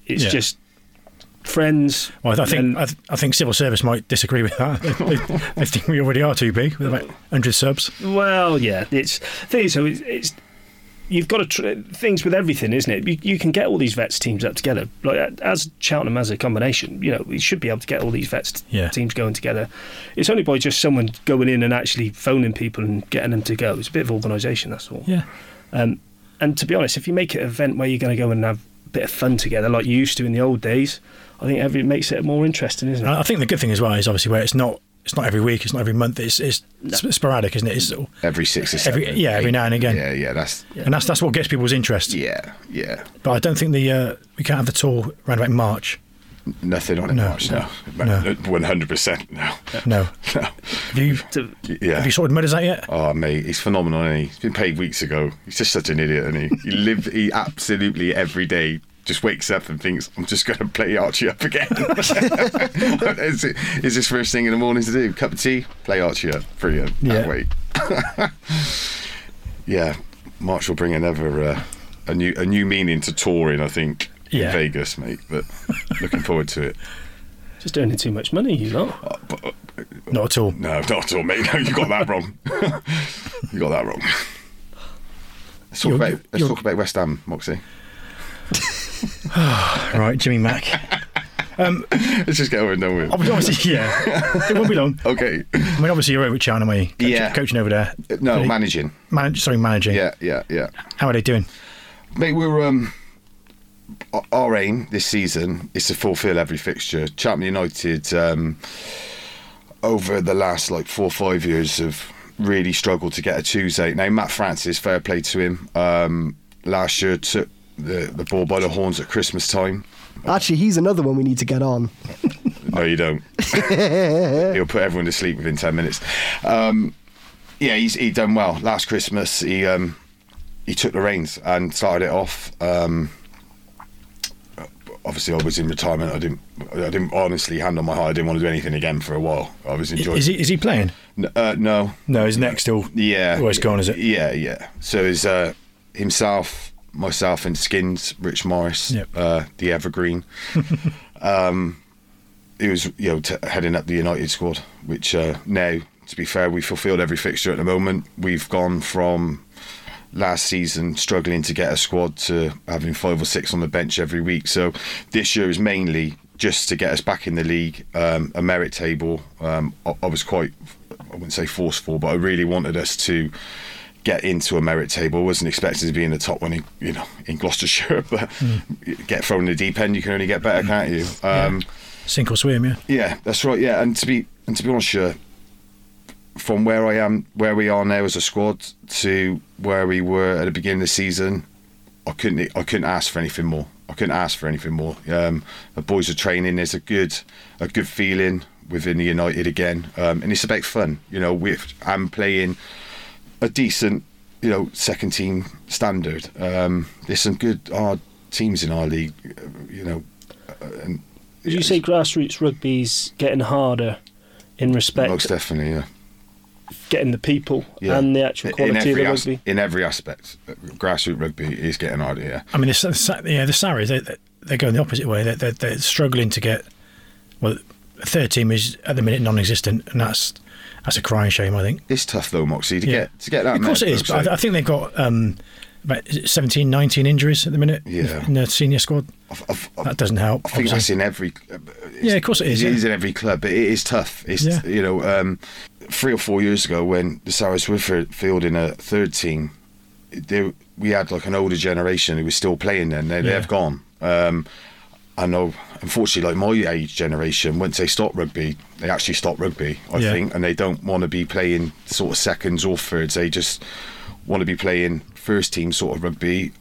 S7: It's
S4: Yeah.
S7: just friends.
S4: Well, I think
S7: and-
S4: I, th- I think civil service might disagree with that. they, they think we already are too big with about 100 subs.
S7: Well, yeah, it's thing is, so it's, it's you've got to tr- things with everything, isn't it? You, you can get all these vets teams up together, like as Cheltenham as a combination. You know, we should be able to get all these vets t-
S4: Yeah.
S7: teams going together. It's only by just someone going in and actually phoning people and getting them to go. It's a bit of organisation, that's all.
S4: Yeah.
S7: Um, and to be honest, if you make it an event where you're going to go and have a bit of fun together, like you used to in the old days, I think every it makes it more interesting, isn't it?
S4: And I think the good thing as well is obviously where it's not it's not every week, it's not every month, it's, it's sp- sporadic, isn't it? It's, sort of-
S6: Every six or seven.
S4: Every- yeah, every now and again.
S6: Yeah, yeah, that's
S4: And that's that's what gets people's interest.
S6: yeah, yeah.
S4: But I don't think the uh, we can't have the tour around about March.
S6: Nothing on it
S4: No,
S6: much
S4: no,
S6: now.
S4: no.
S6: One hundred percent no.
S4: No.
S6: No.
S4: Have you,
S7: To-
S6: Yeah.
S4: have you sorted Mudders out yet?
S6: Oh mate, he's phenomenal, isn't he? He's been paid weeks ago. He's just such an idiot, and he he lives he absolutely every day just wakes up and thinks I'm just going to play Archie up again. is, it, is this first thing in the morning to do? Cup of tea, play Archie up. Brilliant.
S4: Yeah.
S6: Can't wait. yeah, March will bring another uh, a new a new meaning to touring. I think
S4: Yeah.
S6: in Vegas, mate. But looking forward to it. Uh,
S7: just earning too much money, you lot.
S4: Not at all.
S6: No, not at all, mate. No, you got that wrong. you got that wrong. Let's talk,
S4: You're-
S6: about, let's
S4: you're-
S6: talk about West Ham, Moxie.
S4: Right, Jimmy Mack.
S6: Let's just get over and done with.
S4: Ob- obviously, yeah. It won't be long.
S6: Okay.
S4: I mean, obviously, you're over at China, are Coaching,
S6: Yeah.
S4: coaching over there.
S6: No,
S4: Really?
S6: managing.
S4: Manage, sorry, managing.
S6: Yeah, yeah, yeah.
S4: How are they doing?
S6: Mate, we're um, o- our aim this season is to fulfil every fixture. Champion United um, over the last like four or five years have really struggled to get a Tuesday. Now Matt Francis, fair play to him, um, last year took the the ball by the horns at Christmas time.
S1: Actually, he's another one we need to get on.
S6: No, you don't. He'll put everyone to sleep within ten minutes. Um, yeah, he's he done well. Last Christmas, he um, he took the reins and started it off. Um, obviously, I was in retirement. I didn't. I didn't honestly hand on my heart. I didn't want to do anything again for a while. I was enjoying.
S4: Is he, is he playing?
S6: N- uh, no,
S4: No, his neck's still.
S6: yeah.
S4: Oh, it's gone, is it?
S6: Yeah, yeah. So it's uh, himself, myself, and Skins, Rich Morris,
S4: Yep.
S6: uh, the Evergreen. um, he was, you know, t- heading up the United squad, which uh, now, to be fair, we fulfilled every fixture at the moment. We've gone from last season struggling to get a squad to having five or six on the bench every week. So this year is mainly just to get us back in the league, um, a merit table. Um, I, I was quite, I wouldn't say forceful, but I really wanted us to get into a merit table. I wasn't expecting to be in the top one, in, you know, in Gloucestershire, but get thrown in the deep end, you can only get better, can't you? Um,
S4: Sink or swim, yeah.
S6: yeah, that's right. Yeah, and to be and to be honest, sure, from where I am, where we are now as a squad to where we were at the beginning of the season, I couldn't I couldn't ask for anything more. I couldn't ask for anything more. Um, the boys are training. There's a good a good feeling within the United again, um, and it's about fun. You know, we I'm playing a decent, you know, second team standard. Um, there's some good hard teams in our league. uh, You know, uh,
S7: Would you say grassroots rugby's getting harder in
S6: most
S7: respect
S6: definitely. Yeah.
S7: getting the people
S6: Yeah.
S7: and the actual
S6: in
S7: quality of
S6: every
S7: the
S6: as-
S7: rugby?
S6: in every aspect. Grassroots rugby is getting harder. Yeah,
S4: I mean, the, Sa- Sa- yeah, the Saris, they, they- they're going the opposite way. They're, they're, they're struggling to get. Well, the third team is at the minute non existent, and that's that's a crying shame, I think.
S6: it's tough though, Moxie, to
S4: Yeah.
S6: get to get that.
S4: of course it
S6: many
S4: is,
S6: folks
S4: but I,
S6: out.
S4: th- I think they've got um, about is it 17, 19 injuries at the minute
S6: Yeah.
S4: in their senior squad.
S6: I've- I've- I've-
S4: That doesn't help.
S6: I think
S4: obviously.
S6: that's in every.
S4: Yeah, of course it is,
S6: It
S4: yeah.
S6: is in every club, but it is tough. It's
S4: Yeah.
S6: you know, um, three or four years ago when the Saracens were fi- fielding a third team, they, we had like an older generation who was still playing. Then
S4: Yeah.
S6: they, they've gone. Um, I know, unfortunately, like my age generation, once they stop rugby, they actually stop rugby, I
S4: Yeah.
S6: think, and they don't want to be playing sort of seconds or thirds. They just want to be playing first team sort of rugby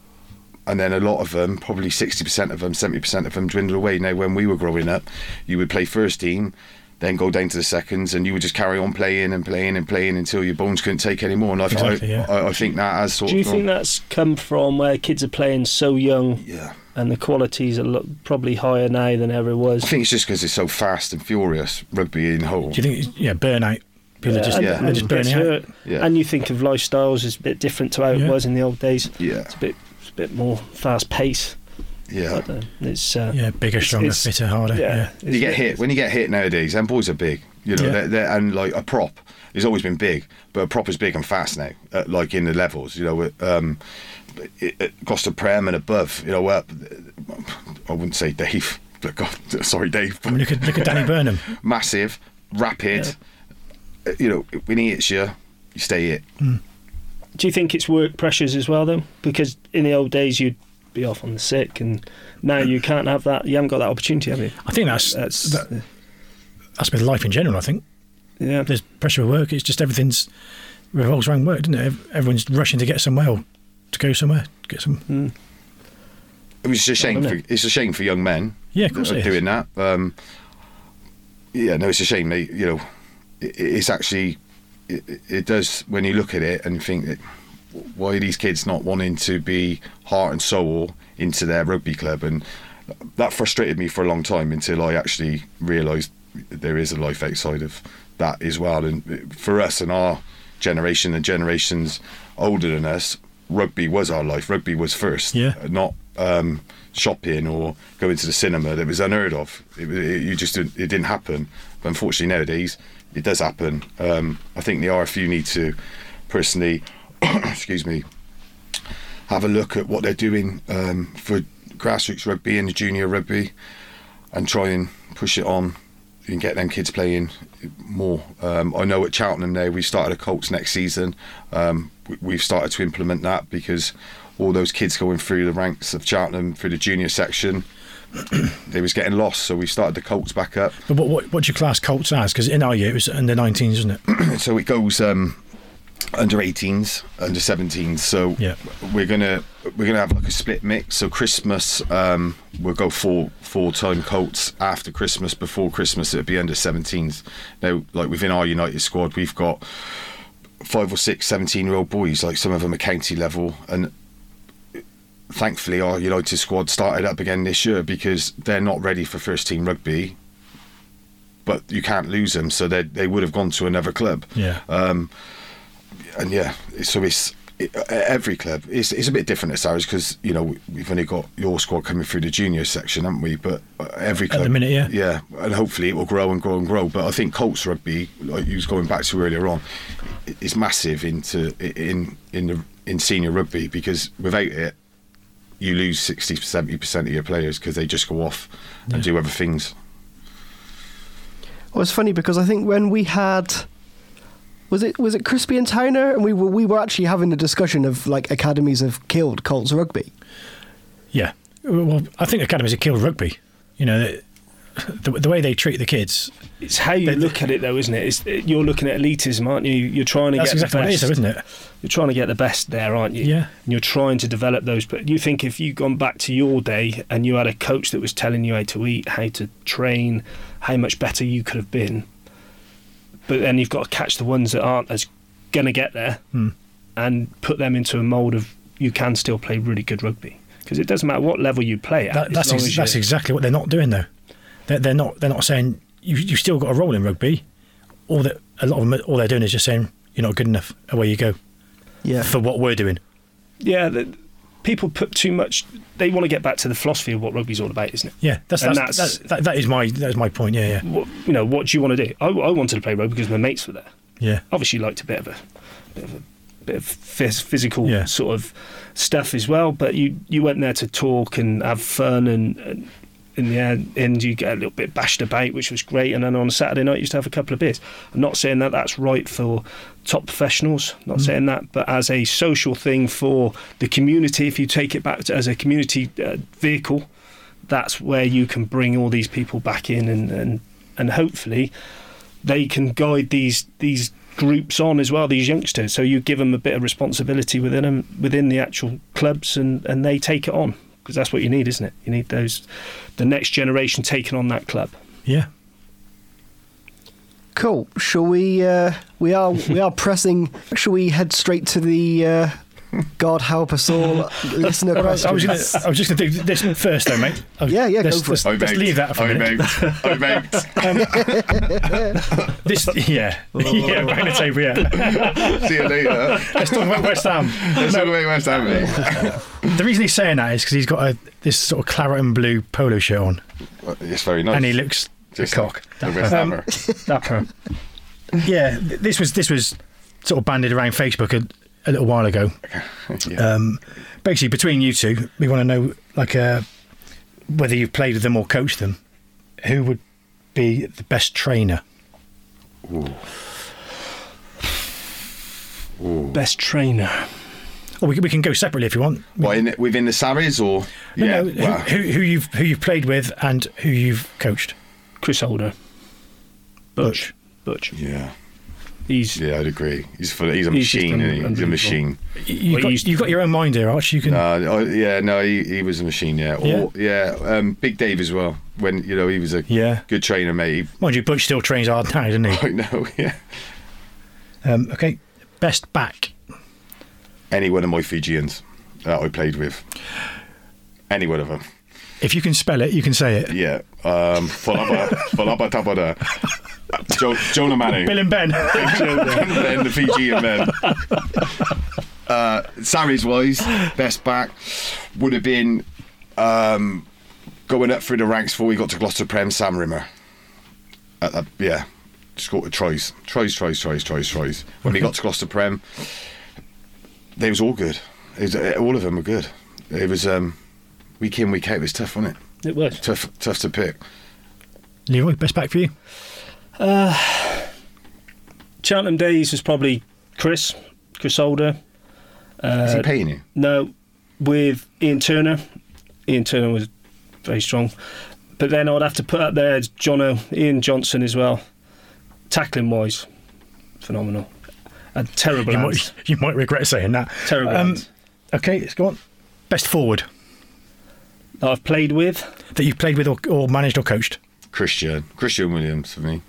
S6: and then a lot of them, probably 60% of them, 70% of them, dwindle away. Now, when we were growing up, you would play first team, then go down to the seconds, and you would just carry on playing and playing and playing until your bones couldn't take any more. And I,
S4: Exactly,
S6: I,
S4: yeah.
S6: I, I think that has sort
S7: Do you
S6: of gone-
S7: think that's come from where kids are playing so young
S6: yeah.
S7: and the qualities are lo- probably higher now than ever it
S6: I
S7: was?
S6: think it's just because it's so fast and furious rugby in whole.
S4: Do you think it's, yeah, burnout? People are just,
S7: and,
S6: Yeah.
S7: and
S4: they're just burning out.
S7: gets hurt.
S6: Yeah.
S7: And you think of lifestyles as a bit different to how it
S4: Yeah.
S7: was in the old days.
S6: Yeah,
S7: It's a bit, it's a bit more fast pace.
S6: yeah.
S7: But, uh, it's uh,
S4: Yeah, bigger, stronger,
S7: it's-
S4: fitter, harder. Yeah.
S7: it's-
S6: You get hit when you get hit nowadays. And boys are big, you know.
S4: Yeah.
S6: They're, they're, and like a prop has always been big, but a prop is big and fast now. Uh, like in the levels, you know, with, um, it, it, Costa Prem and above, you know, up. I wouldn't say Dave. But God, sorry, Dave.
S4: I mean,
S6: But
S4: look at look at Danny Burnham.
S6: massive, rapid. uh, You know, when he hits you, you stay it.
S7: Do you think it's work pressures as well, though? Because in the old days, you'd be off on the sick, and now you can't have that. You haven't got that opportunity, have you?
S4: I think that's
S7: That's
S4: that's, that, that's with life in general. I think
S7: yeah.
S4: there's pressure of work. It's just everything's revolves around work, doesn't it? Ev- Everyone's rushing to get somewhere or to go somewhere. to Get some.
S6: It was a shame.
S7: wasn't
S6: For, it's a shame for young men.
S4: Yeah, of course it
S6: that are
S4: is.
S6: doing that. Um, yeah, no, it's a shame. They, you know, it, it's actually it, it- it does when you look at it and think that why are these kids not wanting to be heart and soul into their rugby club and that frustrated me for a long time until I actually realised there is a life outside of that as well. And for us and our generation and generations older than us, rugby was our life. Rugby was first,
S4: Yeah.
S6: not um, shopping or going to the cinema. That was unheard of. It, was- it, you just didn't, it didn't happen. But unfortunately, nowadays it does happen. Um, I think the RFU need to personally, excuse me, have a look at what they're doing um, for grassroots rugby and junior rugby and try and push it on and get them kids playing more. Um, I know at Cheltenham now we started a Colts next season. Um, we, we've started to implement that because all those kids going through the ranks of Cheltenham through the junior section, they was getting lost. So we started the Colts back up.
S4: But what what what do you class Colts as? Because in our year it was under 19s, wasn't it?
S6: so it goes um, under 18s, under 17s. So
S4: Yeah.
S6: we're gonna we're gonna have like a split mix. So Christmas, um, we'll go full full time Colts after Christmas. Before Christmas, it'll be under 17s. Now, like within our United squad, we've got five or six 17 year old boys. Like some of them are county level, and thankfully our United squad started up again this year because they're not ready for first team rugby. But you can't lose them, so they they would have gone to another club
S4: Yeah.
S6: and yeah, so it's it, at every club. It's it's a bit different at Sarries because you know we- we've only got your squad coming through the junior section, haven't we? But uh, every
S4: the
S6: club,
S4: minute, yeah.
S6: yeah, and hopefully it will grow and grow and grow. But I think Colts rugby, like you was going back to earlier on, i- is massive into in in the in senior rugby because without it, you lose 60 70 percent of your players because they just go off and do other things.
S1: Well, it's funny because I think when we had, was it was it Crispy and Towner, and we were we were actually having a discussion of like academies have killed Colts rugby.
S4: yeah. Well, I think academies have killed rugby. You know, the, the, the way they treat the kids.
S7: It's how you
S4: They-
S7: look at it, though, isn't it? It's, you're looking at elitism, aren't you? You're trying to
S4: That's
S7: get
S4: exactly
S7: the
S4: what it is,
S7: best.
S4: though, isn't it?
S7: You're trying to get the best there, aren't you?
S4: Yeah.
S7: And you're trying to develop those. But you think if you'd gone back to your day and you had a coach that was telling you how to eat, how to train, how much better you could have been. But then you've got to catch the ones that aren't as going to get there
S4: Hmm.
S7: and put them into a mould of you can still play really good rugby. Because it doesn't matter what level you play at.
S4: That,
S7: as
S4: that's
S7: long
S4: ex-
S7: as you-
S4: that's exactly what they're not doing though. They're, they're not they're not saying you you still got a role in rugby. All that a lot of them all they're doing is just saying you're not good enough. Away you go
S1: Yeah,
S4: for what we're doing.
S7: yeah, the, people put too much. They want to get back to the philosophy of what rugby's all about, isn't it?
S4: Yeah, that's
S7: And
S4: that's,
S7: that's-
S4: that's that, that is my that is my point. Yeah, yeah,
S7: What, you know, what do you want to do? I, I wanted to play rugby because my mates were there.
S4: yeah.
S7: Obviously, liked a bit of a bit of a bit of phys- physical
S4: Yeah.
S7: sort of stuff as well. But you you went there to talk and have fun, and, and in the end, end you get a little bit bashed about, which was great. And then on a Saturday night, you used to have a couple of beers. I'm not saying that that's right for top professionals. Not saying that, but as a social thing for the community, if you take it back to, as a community uh, vehicle, that's where you can bring all these people back in and and, and hopefully they can guide these these groups on as well these youngsters so you give them a bit of responsibility within 'em- within the actual clubs and and they take it on because that's what you need isn't it you need those the next generation taking on that club
S4: Yeah.
S1: Cool. Shall we? Uh, we are we are pressing. Shall we head straight to the? Uh, God help us all, listener
S4: Well, I
S1: questions.
S4: was, I was, gonna, I was just going to do this first, though, mate. I was-
S1: Yeah, yeah, go
S4: let's,
S1: for it.
S4: let's,
S6: I
S4: let's
S6: baked.
S4: leave that for a
S6: I
S4: minute.
S6: baked. I baked.
S4: This, yeah, yeah, behind the table. Yeah,
S6: See you later.
S4: let's talk about West Ham.
S6: Let's talk about West Ham. mate.
S4: The reason he's saying that is because he's got a, this sort of claret and blue polo shirt on,
S6: It's very nice.
S4: and he looks the
S6: Just
S4: cock.
S6: The West
S4: Um,
S6: Hammer.
S7: Dapper.
S4: yeah, th- this was this was sort of banded around Facebook a, a little while ago.
S6: Yeah.
S4: Um, basically, between you two, we want to know like uh, whether you've played with them or coached them. Who would be the best trainer?
S7: Best trainer.
S4: Or we, can- we can go separately if you want.
S6: What, in, within the Saris or?
S4: No,
S6: yeah.
S4: no, who,
S6: wow.
S4: who, who you've who you've played with and who you've coached.
S7: Chris Holder. Butch. Butch.
S6: yeah.
S7: He's
S6: Yeah, I'd agree. He's full, he's a
S7: He's just
S6: machine. isn't
S7: un-
S6: he? He's a
S7: unbelievable.
S6: machine.
S4: You've,
S7: Well,
S4: got,
S7: he's-
S4: you've got your own mind here, Arch. You can.
S6: Uh, oh, yeah, no, he, he was a machine. Yeah, or, yeah. Um, Big Dave as well. When you know he was a
S4: Yeah.
S6: good trainer, mate.
S4: Mind you, Butch still trains hard now, doesn't he?
S6: He, I know. Yeah.
S4: Um, okay, best back.
S6: Any one of my Fijians that I played with. Any one of them.
S4: If you can spell it, you can say it.
S6: Yeah. Um, Falaba, Falaba Tabada. Jo- Jonah Manu.
S4: Bill and Ben.
S6: then the Fijian men. Uh, Sarri's wise, best back would have been um, going up through the ranks before we got to Gloucester Prem. Sam Rimmer, Uh, uh, yeah, scored tries, tries, tries, tries, tries, tries. When we got to Gloucester Prem, they was all good. It was, uh, all of them were good. It was um, week in, week out. It was tough, wasn't it?
S7: it was.
S6: Tough, tough to pick.
S4: Leroy, best back for you.
S7: Cheltenham days was probably Chris. Chris Holder.
S6: Is he paying you?
S7: No, with Ian Turner. Ian Turner was very strong. But then I'd have to put up there Jono, Ian Johnson as well. Tackling wise, phenomenal. And terrible
S4: You
S7: hands.
S4: might, you might regret saying that. Um,
S7: Terrible hands.
S4: okay, let's go on. Best forward
S7: That I've played with.
S4: that you've played with or, or managed or coached.
S6: Christian, Christian Williams for me.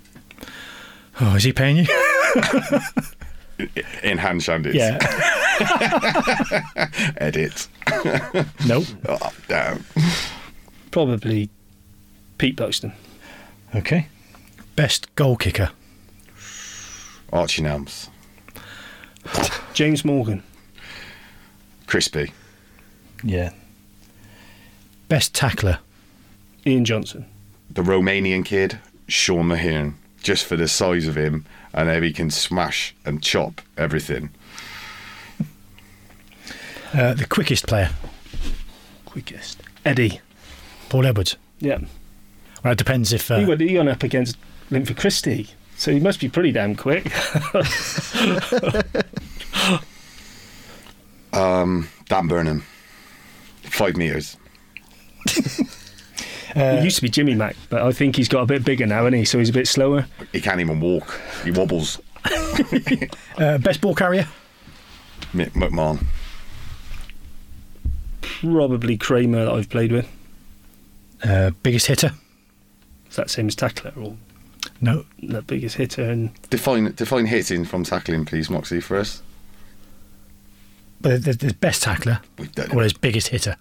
S4: Oh, is he paying you?
S6: In hand shandies.
S4: yeah.
S6: Edit.
S4: nope.
S6: Oh, damn.
S7: Probably Pete Buxton.
S4: Okay. Best goal kicker.
S6: Archie Nams.
S7: James Morgan.
S6: Crispy.
S4: Yeah. Best tackler.
S7: Ian Johnson.
S6: The Romanian kid, Sean Mahirn. Just for the size of him and how he can smash and chop everything.
S4: Uh, the quickest player.
S7: Quickest. Eddie.
S4: Paul Edwards.
S7: Yeah.
S4: Well, it depends if.
S7: he,
S4: Uh,
S7: went, he went up against Linford Christie. So he must be pretty damn quick.
S6: Dan Burnham. Five metres.
S7: it used to be Jimmy Mack, but I think he's got a bit bigger now, hasn't he? So he's a bit slower.
S6: He can't even walk. He wobbles.
S4: uh, best ball carrier.
S6: Mick McMahon.
S7: Probably Kramer that I've played with.
S4: Uh, biggest hitter.
S7: Is that same as tackler or
S4: No.
S7: the biggest hitter? And
S6: Define define hitting from tackling, please, Moxie, for us.
S4: But the, the best tackler
S6: We've done
S4: or
S6: it.
S4: his biggest hitter.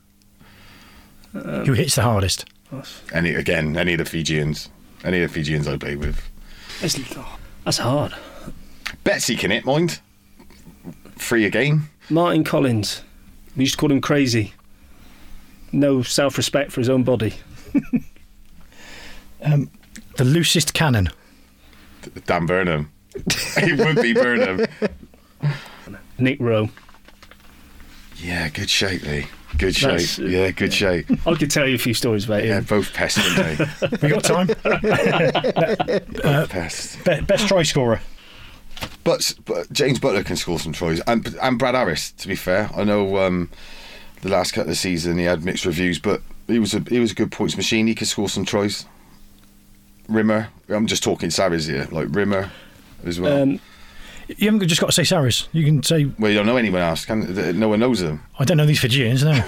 S4: Who hits the hardest?
S6: Any again, any of the Fijians. Any of the Fijians I play with.
S7: that's, that's hard.
S6: Betsy can hit, mind. Free again.
S7: Martin Collins. We used to call him crazy. No self respect for his own body.
S4: The loosest cannon.
S6: Dan Burnham. it would be Burnham.
S7: Nick Rowe.
S6: Yeah, good shape, Lee. Good
S7: That's-
S6: shape. Yeah, good shape.
S7: I could tell you a few stories about
S6: Yeah,
S7: him.
S6: both pests, didn't they?
S4: We got time.
S6: both pests.
S4: Be- best try scorer.
S6: But, but James Butler can score some tries, and and Brad Harris. To be fair, I know um, the last cut of the season he had mixed reviews, but he was a he was a good points machine. He could score some tries. Rimmer, I'm just talking Sarries here, like Rimmer as well.
S7: Um,
S4: You haven't just got to say Saris. You can say
S6: well, you don't know anyone else. Can th- no one knows them.
S4: I don't know these Fijians. No.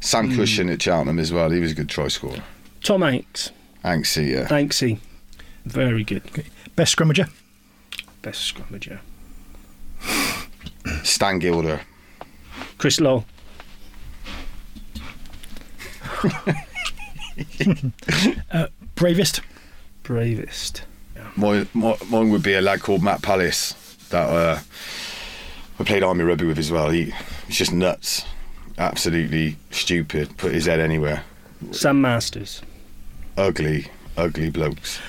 S6: Sam Cushion at Cheltenham as well. He was a good try scorer.
S7: Tom Hanks.
S6: Anxie, yeah.
S7: Hanksy. Very good.
S4: Best scrummager?
S7: Best scrummager.
S6: Stan Gilder.
S7: Chris Lowe.
S4: Bravest?
S7: Bravest.
S6: Mine, mi- mine would be a lad called Matt Palace that uh, I played army rugby with as well. He, he's just nuts, absolutely stupid. Put his head anywhere.
S7: Sam Masters.
S6: Ugly, ugly blokes.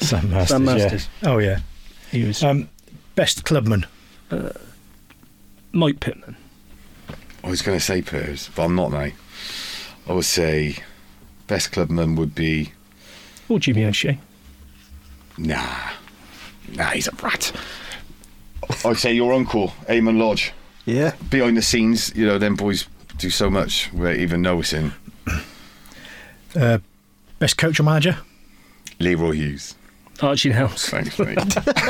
S4: Sam Masters.
S7: Sam
S4: yeah.
S7: Masters.
S4: Oh, yeah.
S7: He was
S4: Um, best clubman?
S7: Mike Pittman.
S6: I was going to say Purs, but I'm not now. I would say best clubman would be
S7: Or Jimmy O'Shea.
S6: nah, nah. He's a rat. I'd say your uncle, Eamon Lodge.
S1: Yeah.
S6: Behind the scenes, you know, them boys do so much without even noticing.
S4: Uh, best coach or manager?
S6: Leroy Hughes.
S7: Archie House.
S6: Thanks, mate.
S4: Oh,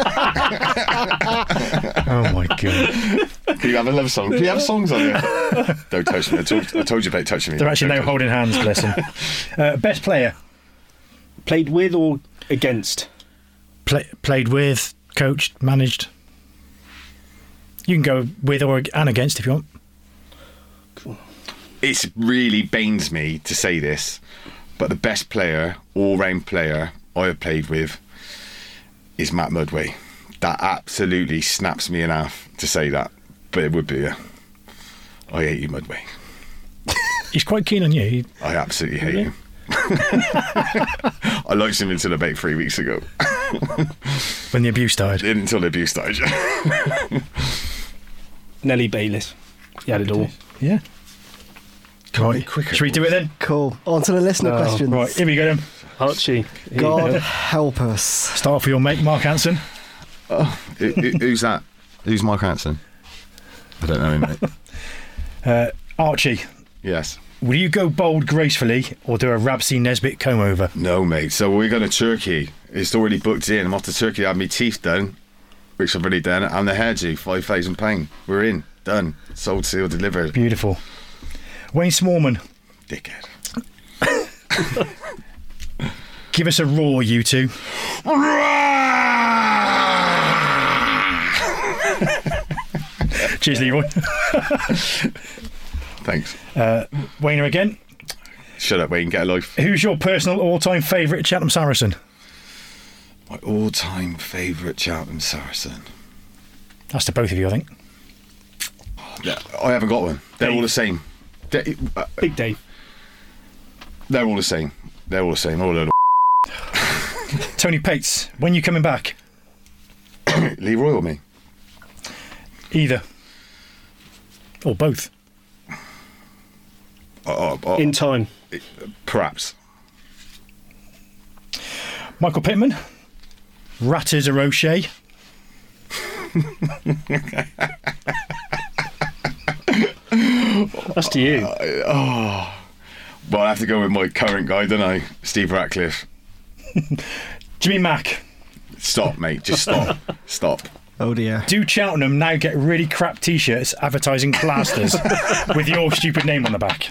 S4: my God.
S6: Can you have a love song? Can you have songs on there? Don't touch me. I told, I told you about touching me.
S4: They're actually now
S6: Don't touch
S4: holding hands, bless him. Uh, best player?
S7: Played with or against?
S4: Play, played with, coached, managed? You can go with or ag- and against if you want.
S6: me. It's really banes me to say this, but the best player, all-round player I have played with is Matt Mudway. That absolutely snaps me in half to say that, but it would be. A, I hate you, Mudway.
S4: He's quite keen on you. He-
S6: I absolutely hate him. I liked him until about three weeks ago,
S4: when the abuse started.
S6: until the abuse started.
S7: Nellie Bayliss. He had it all.
S4: Yeah. Right.
S6: quicker,
S4: Should we do it then?
S1: Cool. On to the listener
S7: Oh,
S1: questions.
S4: Right, here we go then.
S7: Archie. he-
S1: God help us.
S4: Start off with your mate, Mark Hanson.
S6: Who- who- who's that? Who's Mark Hanson? I don't know him, mate.
S4: Uh, Archie,
S6: Yes.
S4: will you go bold gracefully or do a Rabsy Nesbit comb over?
S6: No, mate. So we're going to Turkey. It's already booked in. I'm off to Turkey. I have my teeth done, which I've already done, and the hairdo, five thousand pound. We're in. Done. Sold, sealed, delivered.
S4: Beautiful. Wayne Smallman,
S6: Dickhead.
S4: give us a roar, you two. Cheers, Leroy.
S6: Thanks.
S4: Wayner again.
S6: Shut up, Wayne. Get a life.
S4: Who's your personal all-time favourite Chatham Saracen?
S6: My all-time favourite Charlton Saracen.
S4: That's to both of you, I think.
S6: Yeah, I haven't got one. They're all the same. They're, uh,
S7: Big Dave.
S6: they're all the same. They're all the same. All a load
S4: Tony Pates, when you coming back?
S6: of Leroy or me?
S4: Either. Or both.
S6: Oh, oh, oh,
S7: In time.
S6: perhaps.
S4: Michael Pittman, Ratters or O'Shea?
S7: That's to you.
S6: Well, I have to go with my current guy, don't I? Steve Ratcliffe.
S4: Jimmy Mack,
S6: Stop, mate. Just stop. stop.
S1: Oh dear.
S4: do Cheltenham now get really crap t-shirts advertising plasters with your stupid name on the back?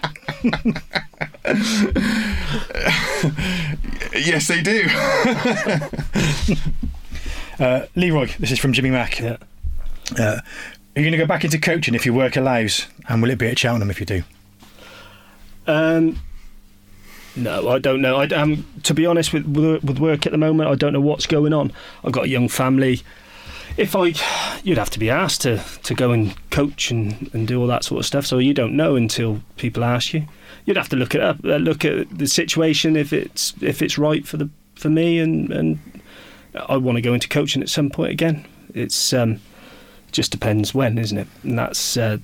S6: Yes, they do.
S4: Uh, Leroy, this is from Jimmy Mack.
S7: Yeah.
S4: Uh, are you going to go back into coaching if your work allows? And will it be at Cheltenham if you do?
S7: Um, no, I don't know. I um, to be honest with with with work at the moment, I don't know what's going on. I've got a young family. If I, you'd have to be asked to, to go and coach and, and do all that sort of stuff. So you don't know until people ask you. You'd have to look it up, uh, look at the situation if it's if it's right for the for me and and I want to go into coaching at some point again. It's um, just depends when, isn't it? And that's uh,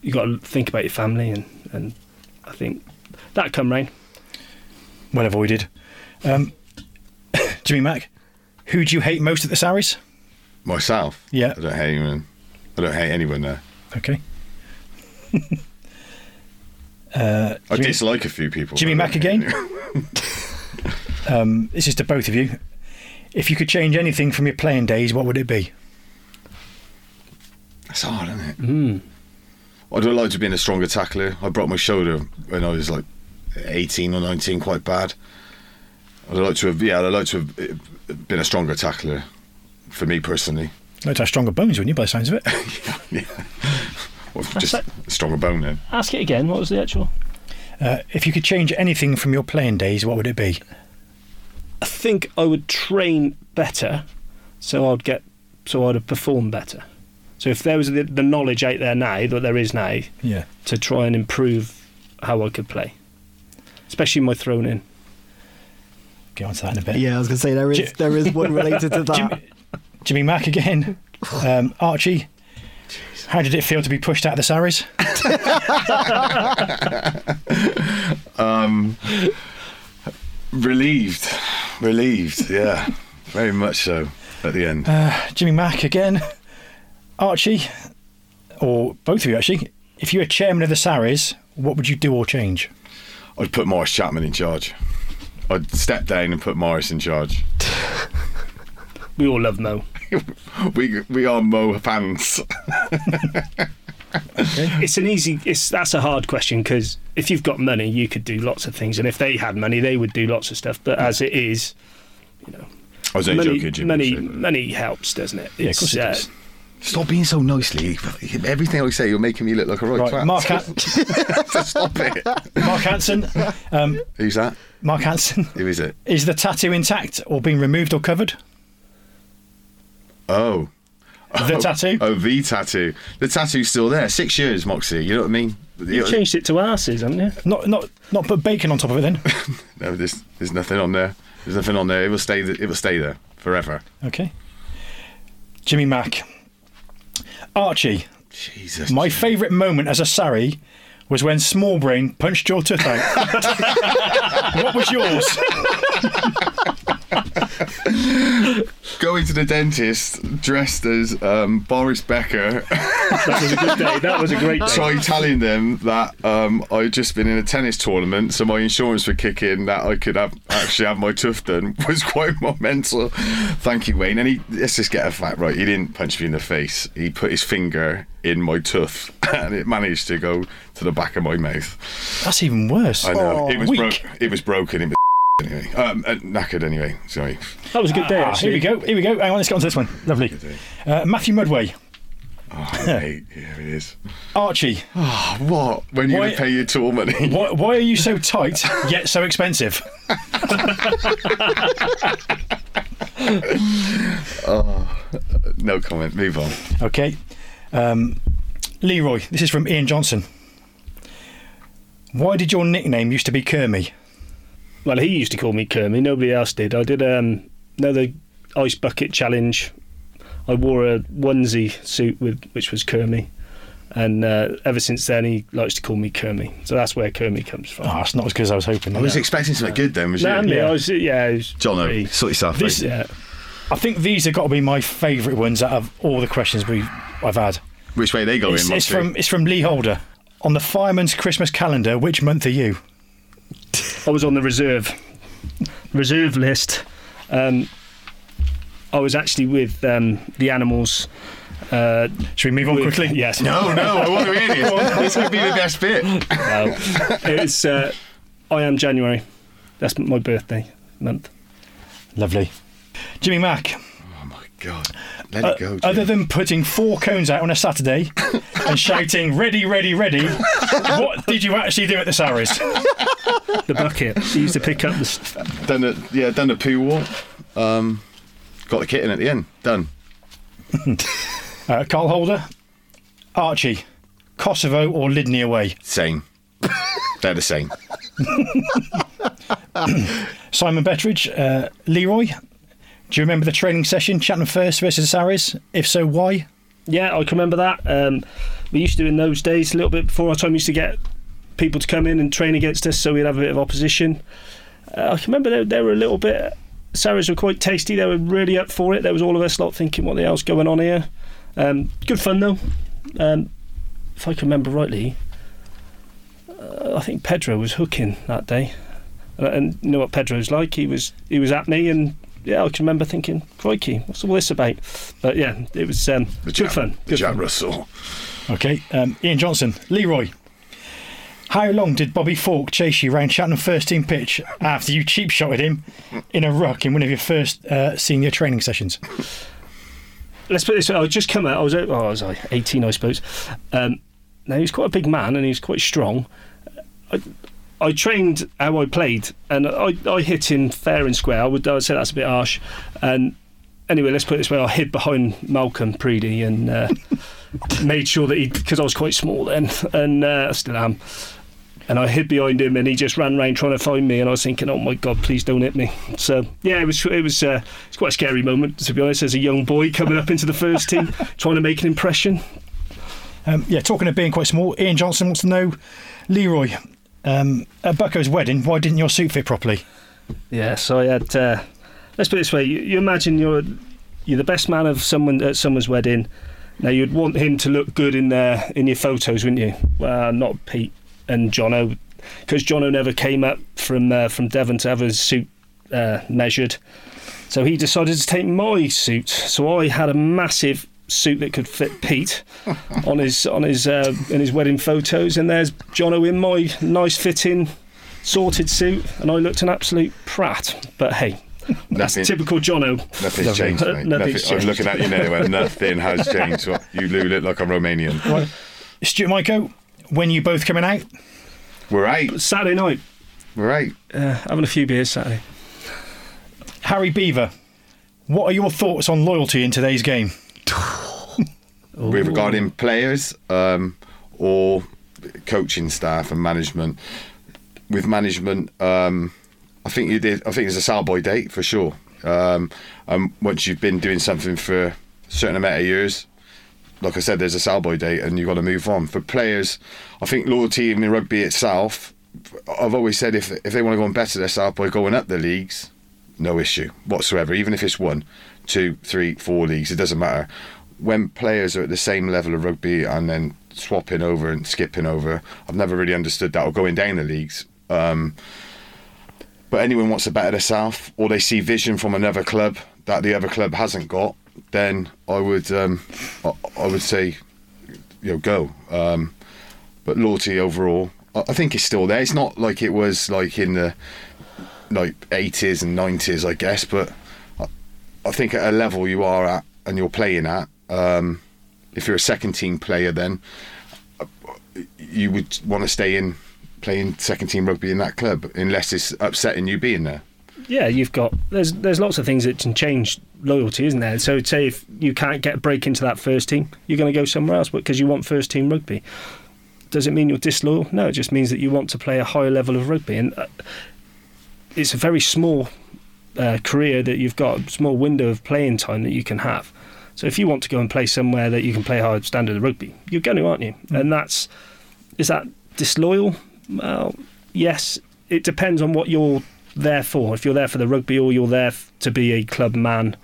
S7: you got to think about your family and and I think that come round.
S4: Well avoided. Um, Jimmy Mack, who do you hate most at the Saris?
S6: Myself.
S4: Yeah.
S6: I don't hate anyone. I don't hate anyone there.
S4: Okay.
S6: I
S4: Uh, Jimmy-
S6: dislike a few people.
S4: Jimmy
S6: but I
S4: Mack
S6: don't hate
S4: again?
S6: anyone.
S4: Um, this is to both of you. If you could change anything from your playing days, what would it be?
S6: That's hard, isn't it? Mm.
S4: Hmm.
S6: I'd have liked to have been a stronger tackler. I broke my shoulder when I was like 18 or 19, quite bad. I'd like to have, yeah, I'd like to have uh, been a stronger tackler for me personally.
S4: Like to have stronger bones, wouldn't you, by the sounds of it?
S6: yeah. Or just
S7: that-
S6: a stronger bone then.
S7: Ask it again. What was the actual?
S4: Uh, if you could change anything from your playing days, what would it be?
S7: I think I would train better, so I'd get, so I'd have performed better. So if there was the, the knowledge out there now that there is now
S4: Yeah.
S7: to try and improve how I could play, especially my thrown in.
S4: Get onto that in a bit.
S1: Yeah, I was going to say there is
S4: Jim-
S1: there is one related to that.
S4: Jimmy, Jimmy Mack again. Um, Archie, how did it feel to be pushed out of the Saris?
S6: Relieved. Relieved, yeah. Very much so at the end.
S4: Uh, Jimmy Mack again. Archie, or both of you actually, if you were chairman of the Saris, what would you do or change?
S6: I'd put Morris Chapman in charge. I'd step down and put Morris in charge.
S7: We all love Mo.
S6: We we are Mo fans.
S7: It's an easy. It's that's a hard question because if you've got money, you could do lots of things, and if they had money, they would do lots of stuff. But as it is,
S6: I was only
S7: money
S6: joking, Jimmy.
S7: money,
S6: so-
S7: money helps, doesn't it? uh,
S4: Yeah, of course it does.
S6: Stop being so nicely. Everything I say, you're making me look like a right, twat.
S4: Right, Mark, Han-
S6: Stop it.
S4: Mark Hansen. Um,
S6: Who's that?
S4: Mark Hansen,
S6: Who is it?
S4: is the tattoo intact or being removed or covered?
S6: Oh.
S4: The tattoo?
S6: Oh, the tattoo. The tattoo's still there. Six years, Moxie. You know what I mean?
S7: You changed it to asses, haven't you?
S4: Not, not, not put bacon on top of it then.
S6: No, there's, there's nothing on there. There's nothing on there. It will stay. It will stay there forever.
S4: Okay. Jimmy Mack. Archie,
S6: Jesus.
S4: my favourite moment as a Sari was when Smallbrain punched your tooth out. what was yours?
S6: going to the dentist dressed as um, Boris Becker,
S7: That was a good day. That was a great day.
S6: trying telling them that um, I'd just been in a tennis tournament, so my insurance would kick in that I could have actually have my tooth done was quite monumental. Thank you, Wayne. And he let's just get a fact right. He didn't punch me in the face. He put his finger in my tooth, and it managed to go to the back of my mouth.
S4: That's even worse.
S6: I know it was
S4: weak.
S6: broke. It was broken. It was anyway. Um, uh, knackered anyway. Sorry.
S7: That was a good day.
S4: Ah, here
S7: actually.
S4: we go. Here we go. Hang on, let's get on to this one. Lovely. Uh, Matthew Mudway,
S6: Oh, mate, here it is.
S4: Archie.
S6: Oh, what? When you
S4: Why-
S6: pay your tour money?
S4: Why, why are you so tight yet so expensive?
S6: No comment. Move on.
S4: Okay. Um, Leroy, this is from Ian Johnson. Why did your nickname used to be Kermy?
S7: Well, he used to call me Kermy. Nobody else did. I did um, another ice bucket challenge. I wore a onesie suit with which was Kermy, and uh, ever since then he likes to call me Kermy. So that's where Kermy comes from.
S4: Oh, that's not as good as I was hoping.
S6: I was expecting something good then, was
S7: No,
S6: you?
S7: me,
S4: yeah.
S7: I was, uh, yeah, it was
S6: Jono,
S7: pretty-
S6: sort yourself
S4: This-
S6: out.
S7: yeah.
S4: I think these have got to be my favourite ones out of all the questions we I've had.
S6: Which way they go
S4: It's,
S6: in?
S4: it's
S6: Monty?
S4: from it's from Lee Holder. On the fireman's Christmas calendar, which month are you?
S7: I was on the reserve reserve list. Um, I was actually with um, the animals. Uh,
S4: Should we move on
S7: with-
S4: quickly?
S7: Yes.
S6: No, no, I want to hear this. this would be the best bit. Oh
S7: Well, it's uh, I am January. That's my birthday month.
S4: Lovely. Jimmy Mack.
S6: Oh my god, let
S4: Uh,
S6: it go. Jim.
S4: other than putting four cones out on a Saturday and shouting "ready, ready, ready," what did you actually do at the Saris?
S7: The bucket. He used to pick up the. s-
S6: done a yeah, done a poo walk. Um, got the kitten at the end. Done.
S4: Uh, Carl Holder, Archie, Kosovo or Lydney away?
S6: Same. They're the same.
S4: Simon Bettridge, uh, Leroy. Do you remember the training session, Chatton First versus Saris? If so, why?
S7: Yeah, I can remember that. Um, we used to in those days a little bit before our time. Used to get people to come in and train against us, so we'd have a bit of opposition. Uh, I can remember they, they were a little bit. Sarah's were quite tasty. They were really up for it. There was all of us lot thinking, what the hell's going on here? Um, good fun though. Um, if I can remember rightly, uh, I think Pedro was hooking that day, and, and you know what Pedro's like. He was he was at me, and yeah, I can remember thinking, crikey, what's all this about? But yeah, it was um,
S6: The
S7: good fun.
S6: The
S7: Good
S6: Jack
S7: fun.
S6: Russell.
S4: Okay, um, Ian Johnson, Leroy. How long did Bobby Falk chase you round Cheltenham first team pitch after you cheap shotted him in a ruck in one of your first uh, senior training sessions?
S7: Let's put it this way. I was just come out. I was oh, I was I eighteen, I suppose. Um, now he was quite a big man and he was quite strong. I, I trained how I played, and I, I hit him fair and square. I would I would say that's a bit harsh. And anyway, let's put it this way: I hid behind Malcolm Preedy and uh, made sure that he, because I was quite small then, and uh, I still am. And I hid behind him, and he just ran round trying to find me. And I was thinking, "Oh my God, please don't hit me!" So yeah, it was it was uh, it's quite a scary moment to be honest, as a young boy coming up into the first team, trying to make an impression.
S4: Um, yeah, talking of being quite small, Ian Johnson wants to know, Leroy, um, at Bucko's wedding, why didn't your suit fit properly?
S7: Yeah, so I had. Uh, let's put it this way: you, you imagine you're you're the best man of someone at someone's wedding. Now you'd want him to look good in their in your photos, wouldn't you? Well, not Pete and Jono, because Jono never came up from uh, from Devon to have his suit uh, measured. So he decided to take my suit. So I had a massive suit that could fit Pete on his on his uh, in his wedding photos, and there's Jono in my nice fitting, sorted suit, and I looked an absolute prat. But hey, that's
S6: Nothing-
S7: typical Jono.
S6: Nothing's changed,
S7: Uh,
S6: mate.
S7: nothing's
S6: Nothing, I was
S7: changed.
S6: looking at you now and nothing has changed. What- You look like I'm Romanian.
S4: Right. Stuart Michael, when you both coming out?
S6: We're eight.
S7: Saturday night,
S6: We're eight.
S7: uh, having a few beers Saturday.
S4: Harry Beaver, what are your thoughts on loyalty in today's game?
S6: with regarding players um, or coaching staff and management. With management, um, I think you did. I think it's a soundboy date for sure. Um, and once you've been doing something for a certain amount of years, like I said, there's a soundboy date, and you've got to move on. For players, I think loyalty in rugby itself. I've always said if if they want to go and better themselves by going up the leagues, no issue whatsoever. Even if it's one, two, three, four leagues, it doesn't matter. When players are at the same level of rugby and then swapping over and skipping over, I've never really understood that or going down the leagues. Um, but anyone wants to better themselves or they see vision from another club that the other club hasn't got, then I would um, I, I would say, you know, go. Um, but loyalty overall, I, I think it's still there. It's not like it was like in the like eighties and nineties, I guess. But I, I think at a level you are at and you're playing at, um, if you're a second team player, then you would want to stay in playing second team rugby in that club, unless it's upsetting you being there.
S7: yeah, you've got there's there's lots of things that can change loyalty, isn't there? So say if you can't get a break into that first team, you're going to go somewhere else, because you want first team rugby. Does it mean you're disloyal? No, it just means that you want to play a higher level of rugby, and uh, it's a very small uh, career that you've got, small window of playing time that you can have. So if you want to go and play somewhere that you can play high standard of rugby, you're going to, aren't you? And that's is that disloyal? Well, yes. It depends on what you're there for. If you're there for the rugby, or you're there f- to be a club man.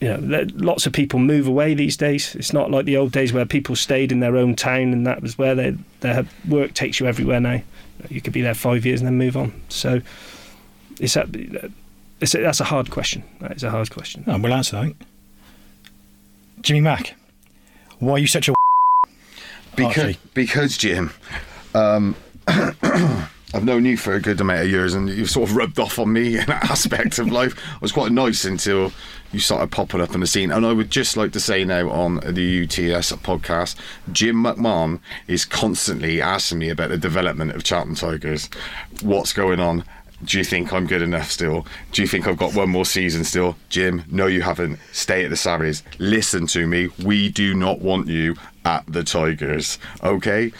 S7: You know, there- lots of people move away these days. It's not like the old days where people stayed in their own town and that was where they, their work takes you everywhere now. You could be there five years and then move on. So, it's that. It's a, that's a hard question. That is a hard question.
S4: Oh, we'll answer that. Jimmy Mack, why are you such a
S6: Because,
S4: Archie.
S6: because Jim, um, I've known you for a good amount of years, and you've sort of rubbed off on me in that aspect of life. I was quite nice until you started popping up on the scene. And I would just like to say now on the UTS podcast, Jim McMahon is constantly asking me about the development of Charlton Tigers, what's going on. Do you think I'm good enough still? Do you think I've got one more season still? Jim, no, you haven't. Stay at the Saris. Listen to me. We do not want you at the Tigers. Okay?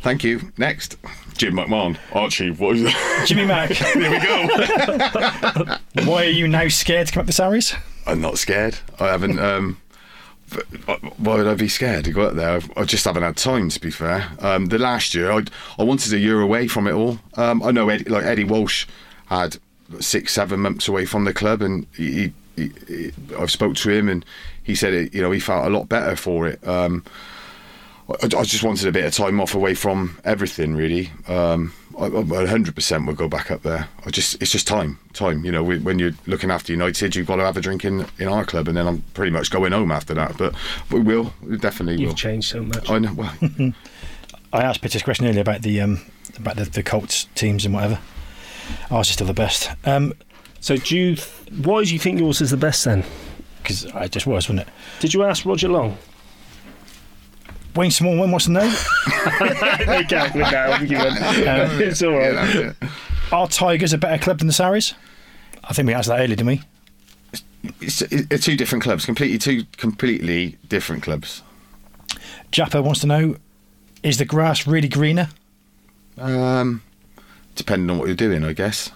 S6: Thank you. Next, Jim McMahon. Archie, what is
S4: Jimmy Mack,
S6: There we go.
S4: why are you now scared to come up the Saris?
S6: I'm not scared. I haven't. Um, why would I be scared to go out there? I just haven't had time, to be fair. Um, the last year, I, I wanted a year away from it all. Um, I know Eddie, like Eddie Walsh had six, seven months away from the club, and he, he, he, I've spoke to him, and he said, it, you know, he felt a lot better for it. Um, I, I just wanted a bit of time off away from everything, really. Um, I, I 100% will go back up there. I just It's just time, time. You know, we, when you're looking after United, you've got to have a drink in, in our club, and then I'm pretty much going home after that. But we will, we definitely
S7: You've
S6: will.
S7: changed so much.
S6: I know. Well,
S4: I asked Peter's question earlier about the um, about the, the Colts teams and whatever. Ours is still the best. Um
S8: So do you? Th- why do you think yours is the best then?
S4: 'cause because I just was, wasn't it?
S8: Did you ask Roger Long?
S4: Wayne Small, when what's the name?
S8: they can't with that. haven't you? Um, it's all right.
S6: Yeah, that's it.
S4: Are Tigers a better club than the Saris? I think we asked that earlier, didn't we?
S6: It's, it's two different clubs, completely two completely different clubs.
S4: Japper wants to know: Is the grass really greener?
S6: Um, depending on what you're doing, I guess.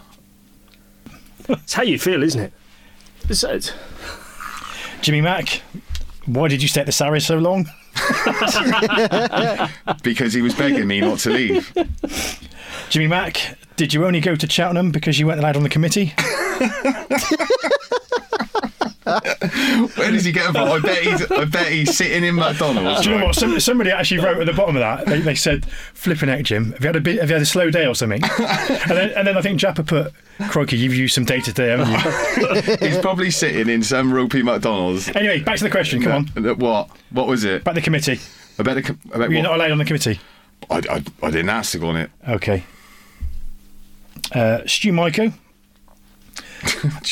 S8: It's how you feel, isn't it? It's, it's,
S4: Jimmy Mack, why did you stay at the Saris so long?
S6: Because he was begging me not to leave.
S4: Jimmy Mack, did you only go to Cheltenham because you weren't allowed on the committee?
S6: Where does he get them from? I bet he's, I bet he's sitting in McDonald's.
S4: Do you know
S6: right?
S4: what? Some, somebody actually wrote at the bottom of that. They, they said, "Flipping out, Jim. Have you had a bit, have you had a slow day or something?" and, then, and then I think Japper put, "Crikey, you've used some data today, haven't you?"
S6: He's probably sitting in some ropey McDonald's.
S4: anyway, back to the question. Come on, back
S6: Uh, What? What was it?
S4: to the committee.
S6: I bet. the- I bet
S4: Were you
S6: what?
S4: not allowed on the committee?
S6: I, I, I didn't ask to go on it.
S4: Okay. Uh, Stu Michael,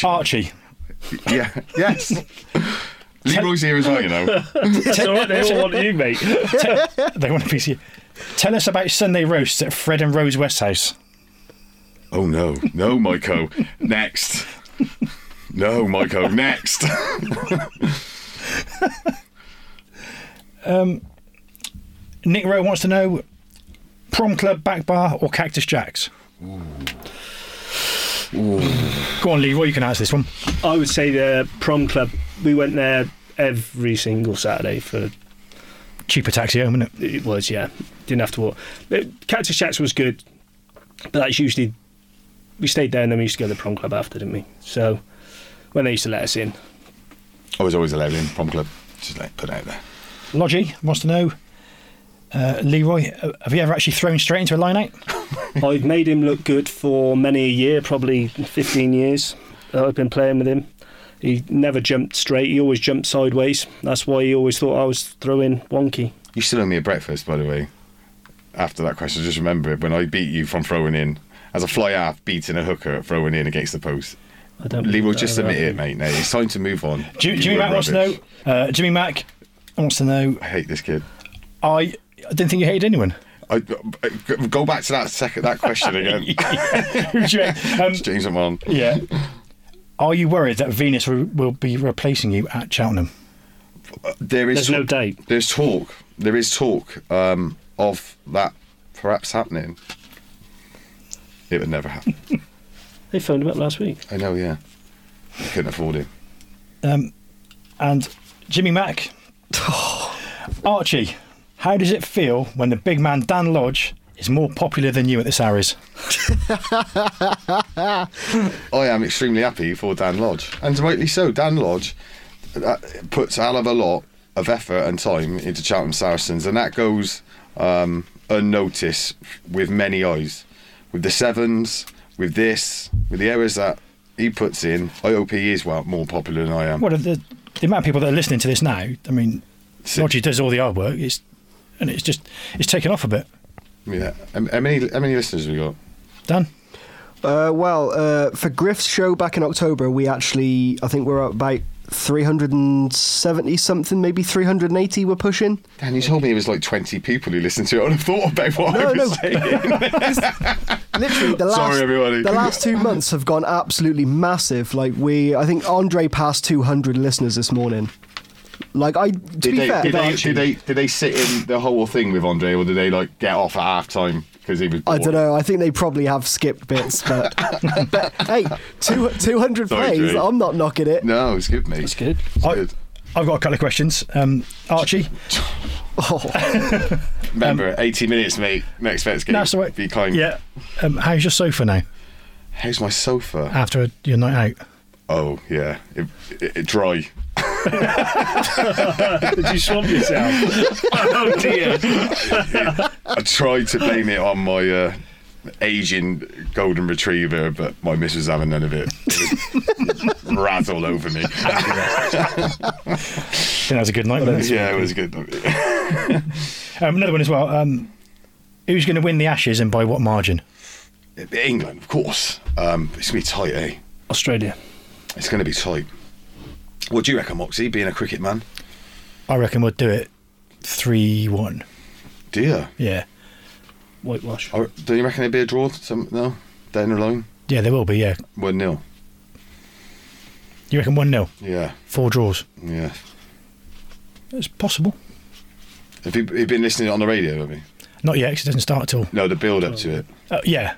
S4: Archie.
S6: Yeah. Yes. Leroy's here as well, you know.
S8: it's all right. They all want you, mate.
S4: They want to be here. Tell us about Sunday roasts at Fred and Rose West House.
S6: Oh no, no, Myco. Next. No, Myco. Next.
S4: Nick Rowe wants to know: Prom Club, Back Bar, or Cactus Jacks? Go on, Leroy. You can answer this one.
S8: I would say the prom club. We went there every single Saturday for
S4: Cheaper taxi home, isn't it?
S8: it was yeah. Didn't have to walk. It, Cactus Jacks was good, but that's usually we stayed there and then we used to go to the prom club after, didn't we? So when they used to let us in,
S6: I was always allowed in prom club. Just like put it out there.
S4: Lodgy wants to know, uh, Leroy, uh, have you ever actually thrown straight into a line out?
S8: I've made him look good for many a year, probably 15 years. that I've been playing with him. He never jumped straight. He always jumped sideways. That's why he always thought I was throwing wonky.
S6: You still owe me a breakfast, by the way. After that question, just remember it when I beat you from throwing in as a fly half beating a hooker at throwing in against the post.
S8: I don't.
S6: Leroy,
S8: believe
S6: just
S8: that
S6: admit it,
S8: happened.
S6: mate. Now it's time to move on.
S4: Jimmy,
S6: You
S4: Jimmy
S6: were
S4: Mack wants to know.
S6: rubbish.
S4: Uh, Jimmy Mack wants to know.
S6: I hate this kid.
S4: I, I didn't think you hated anyone.
S6: I, I- go back to that second that question again.
S4: Who do you hate? um,
S6: James and one.
S4: yeah. Are you worried that Venus will, will be replacing you at Cheltenham?
S6: There is
S8: There's no date.
S6: There's talk. There is talk um, of that perhaps happening. It would never happen.
S8: They phoned him up last week.
S6: I know. Yeah, I couldn't afford it.
S4: Um, and Jimmy Mack, Archie, how does it feel when the big man Dan Lodge is more popular than you at the Sarries?
S6: I am extremely happy for Dan Lodge, and rightly so. Dan Lodge uh, puts a hell of a lot of effort and time into Cheltenham Saracens, and that goes um, unnoticed with many eyes. With the sevens, with this, with the errors that he puts in, I hope he is well more popular than I am.
S4: Well, the, the amount of people that are listening to this now, I mean,
S6: So-
S4: Lodgy does all the hard work. It's and it's just it's taken off a bit.
S6: Yeah. How how many how many listeners have we got?
S4: Dan,
S1: Uh, well, uh, for Griff's show back in October, we actually, I think we're at about 370 something, maybe 380 we're pushing.
S6: Dan, you told me it was like 20 people who listened to it. I'd have thought about what I
S1: No,
S6: was
S1: no.
S6: saying.
S1: Literally, the last,
S6: Sorry, everybody.
S1: the last two months have gone absolutely massive. Like, we, I think Andre passed 200 listeners this morning. Like, I, to
S6: Did
S1: be
S6: they,
S1: fair,
S6: did, they, did, they, did they sit in the whole thing with Andre or did they like get off at half time because he was
S1: I
S6: bored?
S1: don't know. I think they probably have skipped bits, but, but hey, two, 200
S6: Sorry,
S1: plays,
S6: Drew.
S1: I'm not knocking it.
S6: No, it's good, mate. It's
S8: Good.
S4: I,
S6: good.
S4: I've got a couple of questions. Um, Archie,
S1: Oh,
S6: Remember, 80 minutes, mate. Next vet's game.
S4: um, that's the way.
S6: Be kind.
S4: Yeah. Um, how's your sofa now
S6: How's my sofa?
S4: after a, your night out?
S6: Oh, yeah. It, it, it dry.
S8: Did you swab yourself? oh dear.
S6: I tried to blame it on my uh, aging golden retriever, but my missus was having none of it. It was Rat all over me.
S4: I think that was a good night. wasn't it?
S6: yeah, it was good.
S4: Um, another one as well. Um, Who's going to win the Ashes and by what margin?
S6: England, of course. Um, it's going to be tight, eh?
S7: Australia.
S6: It's going to be tight. What do you reckon, Moxie, being a cricket man?
S4: I reckon we'll do it 3 1.
S6: Dear.
S4: Yeah.
S7: Whitewash.
S6: Or- Do you reckon it'd be a draw? Some, no? Down the line?
S4: Yeah, there will be, yeah.
S6: 1 0.
S4: You reckon 1 0?
S6: Yeah,
S4: Four draws?
S6: yeah.
S4: It's possible.
S6: Have you, you been listening on the radio, have you?
S4: Not yet, 'cause it doesn't start till.
S6: No, the build up to it.
S4: Uh, yeah.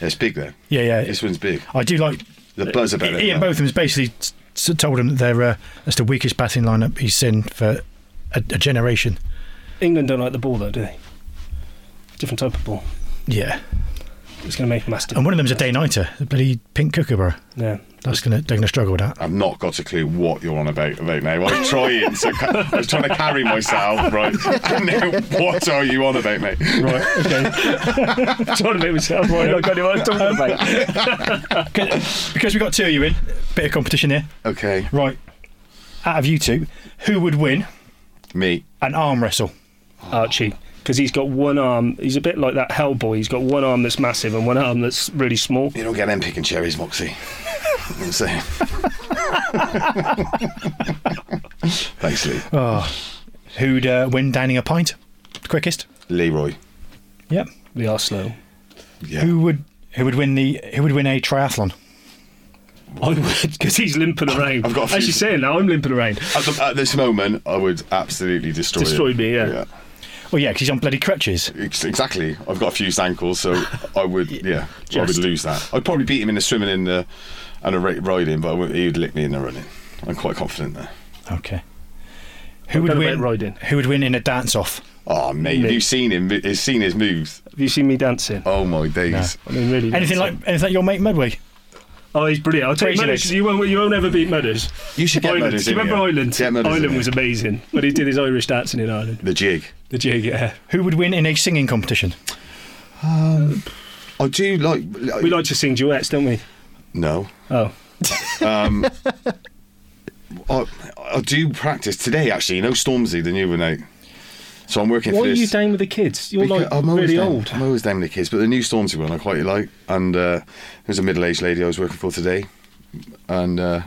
S6: Yeah, it's big, though.
S4: Yeah, yeah.
S6: This one's big.
S4: I do like
S6: The buzz about it.
S4: Ian
S6: man.
S4: Botham's basically s- told him that they're uh, that's the weakest batting lineup he's seen for a, a generation.
S7: England don't like the ball though, do they? Different type of ball.
S4: Yeah,
S7: It's going to make a massive.
S4: and one of them's a day nighter, the bloody pink kookaburra.
S7: yeah.
S4: That's gonna they're gonna struggle with that.
S6: I've not got a clue what you're on about right now. I'm trying to, ca- I was trying to carry myself, right? And now, what are you on about, mate?
S7: Right. Okay. trying to make myself right. I got it. What I'm talking about.
S4: Because we got two of you in, bit of competition here.
S6: Okay,
S4: Right, out of you two, who would win
S6: me.
S4: an arm wrestle?
S7: Archie. Because he's got one arm, he's a bit like that Hellboy. He's got one arm that's massive and one arm that's really small.
S6: You don't get them picking cherries, Moxie. I'm saying. Thanks, Lee.
S4: Who'd uh, win downing a pint quickest?
S6: Leroy.
S4: Yep.
S7: They are slow.
S6: Yeah.
S4: Who would who would win the who would win a triathlon?
S7: I would, because he's limping around.
S6: I've got a few-
S7: As you're saying now, I'm limping around.
S6: At, the, at this moment, I would absolutely destroy.
S7: Destroy
S6: him.
S7: me, yeah.
S4: Well, yeah, 'cause he's on bloody crutches.
S6: Ex- exactly. I've got a fused ankles, so I would, yeah, I would
S7: Just-
S6: lose that. I'd probably beat him in the swimming and the and the ra- riding, but I would, he would lick me in the running. I'm quite confident there.
S4: Okay. Who would
S7: don't know
S4: win?
S7: about riding.
S4: Who would win in a dance off?
S6: Oh mate, have
S7: Me.
S6: you seen him? Have seen his moves?
S7: Have you seen me dancing?
S6: Oh my days!
S7: I mean, really.
S4: Anything
S7: dancing.
S4: like anything like your mate Medway?
S7: Oh, he's brilliant. I'll take
S4: Crazy
S7: Mudders.
S4: legs.
S7: You won't, you won't ever beat Mudders.
S6: You should get
S7: Ireland.
S6: Mudders
S7: Do you
S6: in
S7: remember
S6: here.
S7: Ireland?
S6: Get Mudders in
S7: Ireland
S6: here.
S7: was amazing. But he did his Irish dancing in Ireland.
S6: The jig.
S7: The jig, yeah.
S4: Who would win in a singing competition?
S6: I do like.
S7: We like to sing duets, don't we?
S6: No,
S7: Oh.
S6: I, I Oh, do practice today. Actually, you know Stormzy, the new one out. So I'm working
S7: Why
S6: for
S7: are
S6: this.
S7: you down with the kids? You're
S6: Because
S7: like really
S6: down,
S7: old.
S6: I'm always down with the kids, but the new Stormzy one I quite like. And uh, there was a middle-aged lady I was working for today, and uh,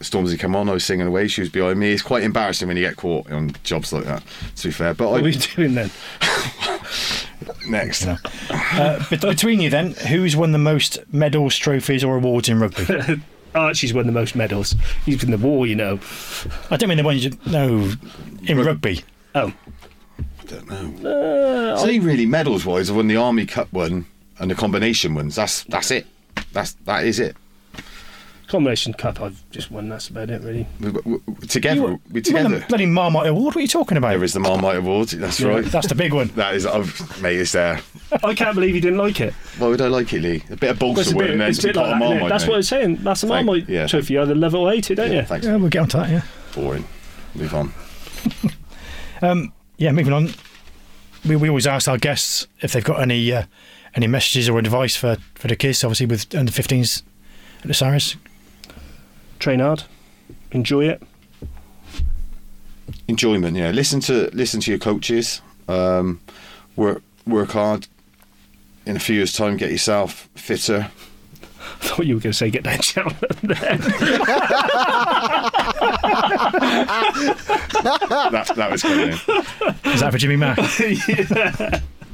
S6: Stormzy came on. I was singing away. She was behind me. It's quite embarrassing when you get caught on jobs like that. To be fair, but
S7: What are Oh, we
S6: I,
S7: doing then?
S6: next,
S4: Uh, bet- between you then, who's won the most medals, trophies, or awards in rugby?
S7: Archie's won the most medals. He's in the war, you know.
S4: I don't mean the ones you no in rugby.
S7: Oh,
S6: I don't know. so he really medals-wise, I won the Army Cup one and the combination ones. That's that's it. That's that is it.
S7: Combination Cup, I've just won. That's about it, really.
S6: We- we- we- Together,
S4: You won-
S6: we
S4: you won the
S6: together.
S4: bloody Marmite Award. What are you talking about?
S6: There is the Marmite Award. That's right.
S4: That's the big one.
S6: That is, I've, mate, it's there.
S7: I can't believe he didn't like it.
S6: Why would I like it, Lee? A bit of
S7: Well, it's
S6: Bolton
S7: a
S6: wood
S7: bit-
S6: and then
S7: it's a bit
S6: pot of
S7: like that, innit?
S6: Marmite.
S7: That's
S6: mate.
S7: what I was saying. That's the
S6: Thank-
S7: Marmite
S6: yeah.
S7: trophy. You either love it or hate it, don't you?
S6: Thanks.
S4: Yeah, we'll get onto that. Yeah.
S6: Boring. Move on.
S4: Um, yeah. Moving on. We, we always ask our guests if they've got any uh, any messages or advice for, for the kids. Obviously, with under 15s at the Cyrus.
S7: Train hard, enjoy it.
S6: Enjoyment. Yeah. Listen to listen to your coaches. Um, work work hard. In a few years' time, get yourself fitter.
S7: I thought you were going to say get down, shout there.
S6: that that was coming. in.
S4: Is that for Jimmy Mack?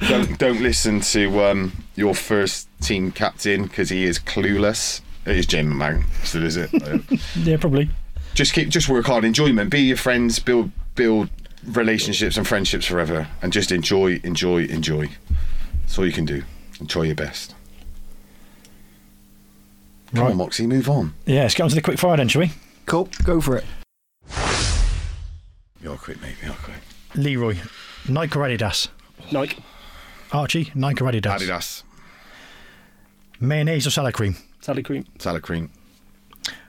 S6: Don't don't listen to um, your first team captain because he is clueless. It is Jamie Mang. Still is it? Uh,
S4: yeah, probably.
S6: just keep just work hard enjoyment be your friends build build relationships and friendships forever and just enjoy enjoy enjoy that's all you can do enjoy your best come
S4: Right.
S6: on moxie move on
S4: Yeah, let's get on to the quick fire then, shall we?
S1: Cool, go for it.
S6: you're quick mate you're quick
S4: Leroy, Nike or Adidas?
S7: Nike,
S4: Archie, Nike or Adidas?
S6: adidas
S4: Mayonnaise or salad cream?
S7: Sally Cream,
S6: salad cream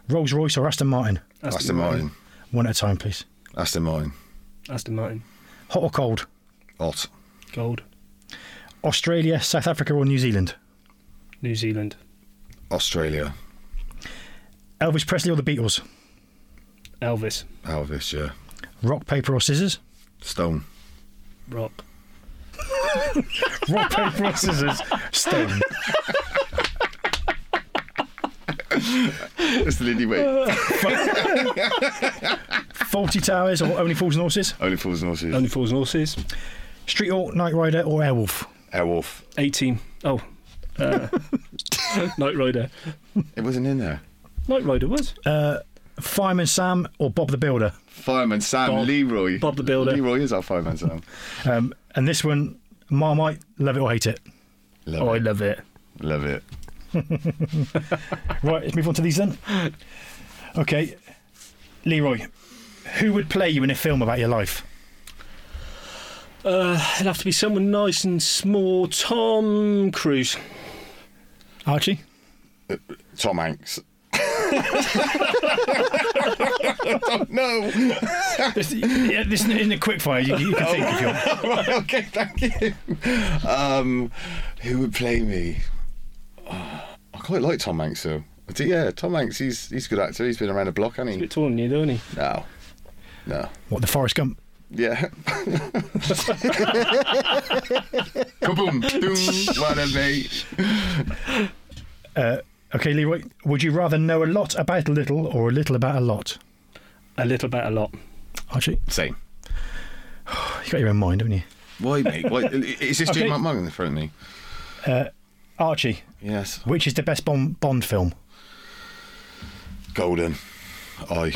S4: Rolls Royce or Aston Martin?
S6: aston martin
S4: One at a time, please.
S6: aston martin
S7: Aston Martin,
S4: Hot or cold?
S6: hot
S7: Gold,
S4: Australia, South Africa or New Zealand?
S7: New Zealand,
S6: australia
S4: Elvis Presley or the Beatles?
S7: Elvis,
S6: elvis yeah
S4: Rock, paper or scissors?
S6: stone
S7: Rock,
S4: Rock, paper, scissors, stone.
S6: That's the Lindy way.
S4: Faulty Towers or Only Fools and Horses.
S6: Only Fools and Horses.
S7: Only Fools and Horses.
S4: Street Hawk, Knight Rider or Airwolf.
S6: Airwolf.
S7: 18. Oh. Uh, Night Rider.
S6: It wasn't in there.
S7: Night Rider was.
S4: Uh, Fireman Sam or Bob the Builder.
S6: Fireman Sam
S7: Bob-
S6: Leroy.
S7: Bob the Builder. Oh,
S6: Leroy is our fireman Sam.
S4: Um, and this one, Marmite, love it or hate it.
S6: Love
S7: Oh, I
S6: it.
S7: love it.
S6: Love it.
S4: Right, let's move on to these then. Okay, Leroy, who would play you in a film about your life?
S7: Uh, it'd have to be someone nice and small. Tom Cruise.
S4: Archie?
S6: Tom Hanks. no.
S4: this, yeah, this isn't a quickfire. You, you can think if you want.
S6: right, okay, thank you. Um, who would play me? Uh, I quite like Tom Hanks though. I do, yeah, Tom Hanks. He's he's a good actor. He's been around the block, hasn't
S7: A
S6: he?
S7: bit taller than you, don't he?
S6: No, no.
S4: What, the Forrest Gump?
S6: Yeah. Kaboom! Doom! What a mate!
S4: Okay, Leroy, would you rather know a lot about a little or a little about a lot?
S7: A little bit, a lot.
S4: Archie,
S6: Same.
S4: you got your own mind, haven't you?
S6: Why, mate? Why, is this
S4: Okay.
S6: doing Matt Mug in front of me?
S4: Archie,
S6: Yes.
S4: which is the best Bond, Bond film?
S6: Golden. I.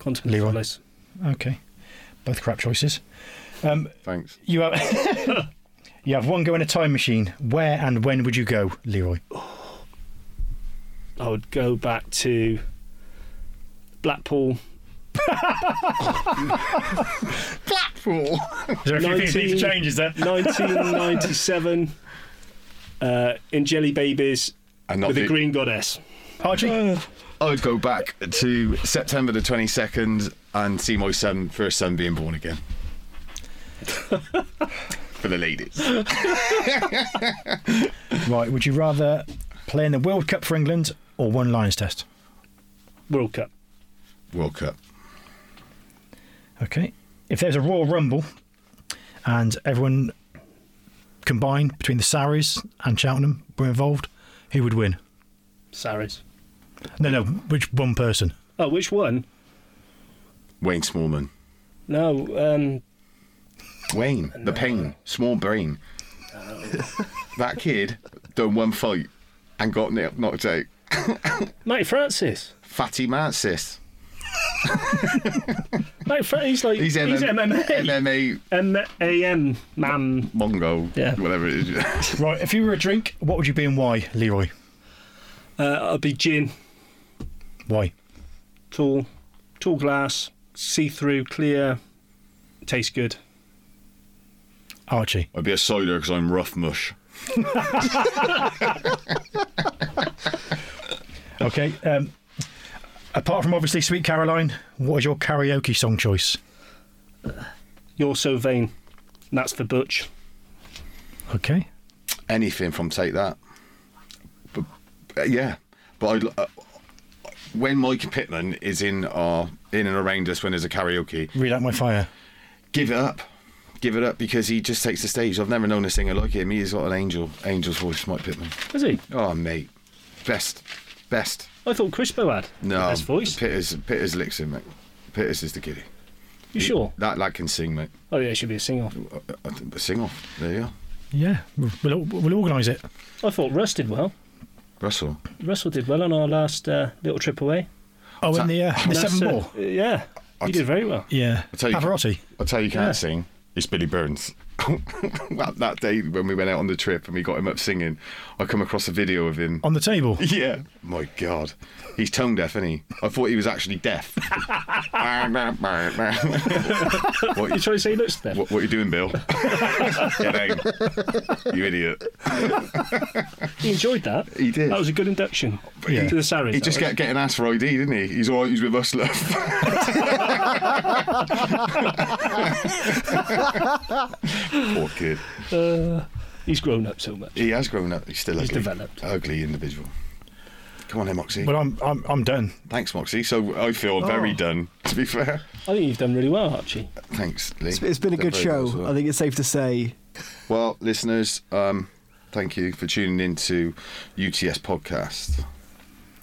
S7: Quantum
S4: Leroy.
S7: Leroy.
S4: Okay, both crap choices. Um,
S6: Thanks.
S4: you have you have one go in a time machine. Where and when would you go, Leroy?
S7: I would go back to Blackpool.
S6: Four.
S4: Is there a few things that need to
S7: 19
S4: change? Is there?
S7: 1997 uh, in Jelly Babies
S6: And not
S7: with
S6: the-
S7: a green goddess.
S4: Archie,
S6: I would go back to September the 22nd and see my son, first son being born again. For the ladies.
S4: right? Would you rather play in the World Cup for England or one Lions Test?
S7: World Cup.
S6: World Cup.
S4: Okay. If there's a Royal Rumble and everyone combined between the Saris and Cheltenham were involved, who would win?
S7: Saris.
S4: No, no, which one person?
S7: Oh, which one?
S6: Wayne Smallman.
S7: No, um,
S6: Wayne, the pain, small brain. that kid done one fight and got kno- knocked out.
S7: Matty Francis.
S6: Fatty Marcis.
S7: Matty Francis, he's like
S6: He's,
S7: he's,
S6: MM- MMA
S7: MMA. M-A-M, man.
S6: Mongo,
S7: Yeah.
S6: whatever it is.
S4: Right, if you were a drink, what would you be and why, Leroy?
S7: Uh, I'll be gin,
S4: Why?
S7: tall, tall glass, see-through, clear, tastes good.
S4: Archie.
S6: I'd be a cider because I'm rough mush.
S4: Okay. Um, apart from obviously Sweet Caroline, what is your karaoke song choice?
S7: You're so vain. And that's for Butch.
S4: Okay.
S6: anything from Take That. But, uh, yeah, but I, uh, when Mike Pittman is in our in and around us when there's a karaoke,
S4: Read out my fire.
S6: give it up, give it up because he just takes the stage. I've never known a singer like him. He is what an angel, angel's voice, Mike Pittman.
S7: Is he?
S6: Oh mate, best, best.
S7: I thought Crispo had
S6: No,
S7: the best voice.
S6: Pitters, Pitters licks him, mate. Pitters is the kiddie.
S7: you sure?
S6: That lad can sing, mate.
S7: Oh yeah, it should be a single.
S6: Uh, uh, uh, Sing off. There you are,
S4: Yeah, we'll, we'll organise it.
S7: I thought Russ did well.
S6: Russell.
S7: Russell did well on our last uh, little trip away.
S4: Oh, and the, uh, the
S7: That's,
S4: seven
S7: uh,
S4: ball.
S7: uh, yeah, he did very well.
S4: Yeah.
S6: tell you-
S4: Pavarotti.
S6: I'll tell you, who can't
S7: Yeah.
S6: sing. It's Billy Burns. that, that day when we went out on the trip and we got him up singing, I come across a video of him.
S4: On the table.
S6: Yeah, my God, he's tone deaf, isn't he? I thought he was actually deaf. what,
S7: You
S6: you,
S7: try to say he looks there.
S6: what, what you doing, Bill? Get out, you idiot!
S7: He enjoyed that.
S6: He did.
S7: That was a good induction
S4: Yeah.
S7: to the Saris.
S6: He
S7: that
S6: just
S7: was.
S6: kept getting asked for ID, didn't he? He's all right. He's with us, love. Poor kid.
S7: Uh, He's grown up so much.
S6: He has grown up. He's still
S7: He's
S6: ugly.
S7: developed.
S6: Ugly individual. Come on, then, Moxie.
S9: Well, I'm I'm I'm done.
S6: Thanks, Moxie. So I feel
S1: Oh.
S6: very done. To be fair,
S7: I think you've done really well, Archie.
S6: thanks, Lee.
S1: It's- it's been a
S6: Done
S1: good
S6: very well
S1: show.
S6: as well.
S1: I think it's safe to say.
S6: Well, listeners, um, thank you for tuning in to UTS podcast.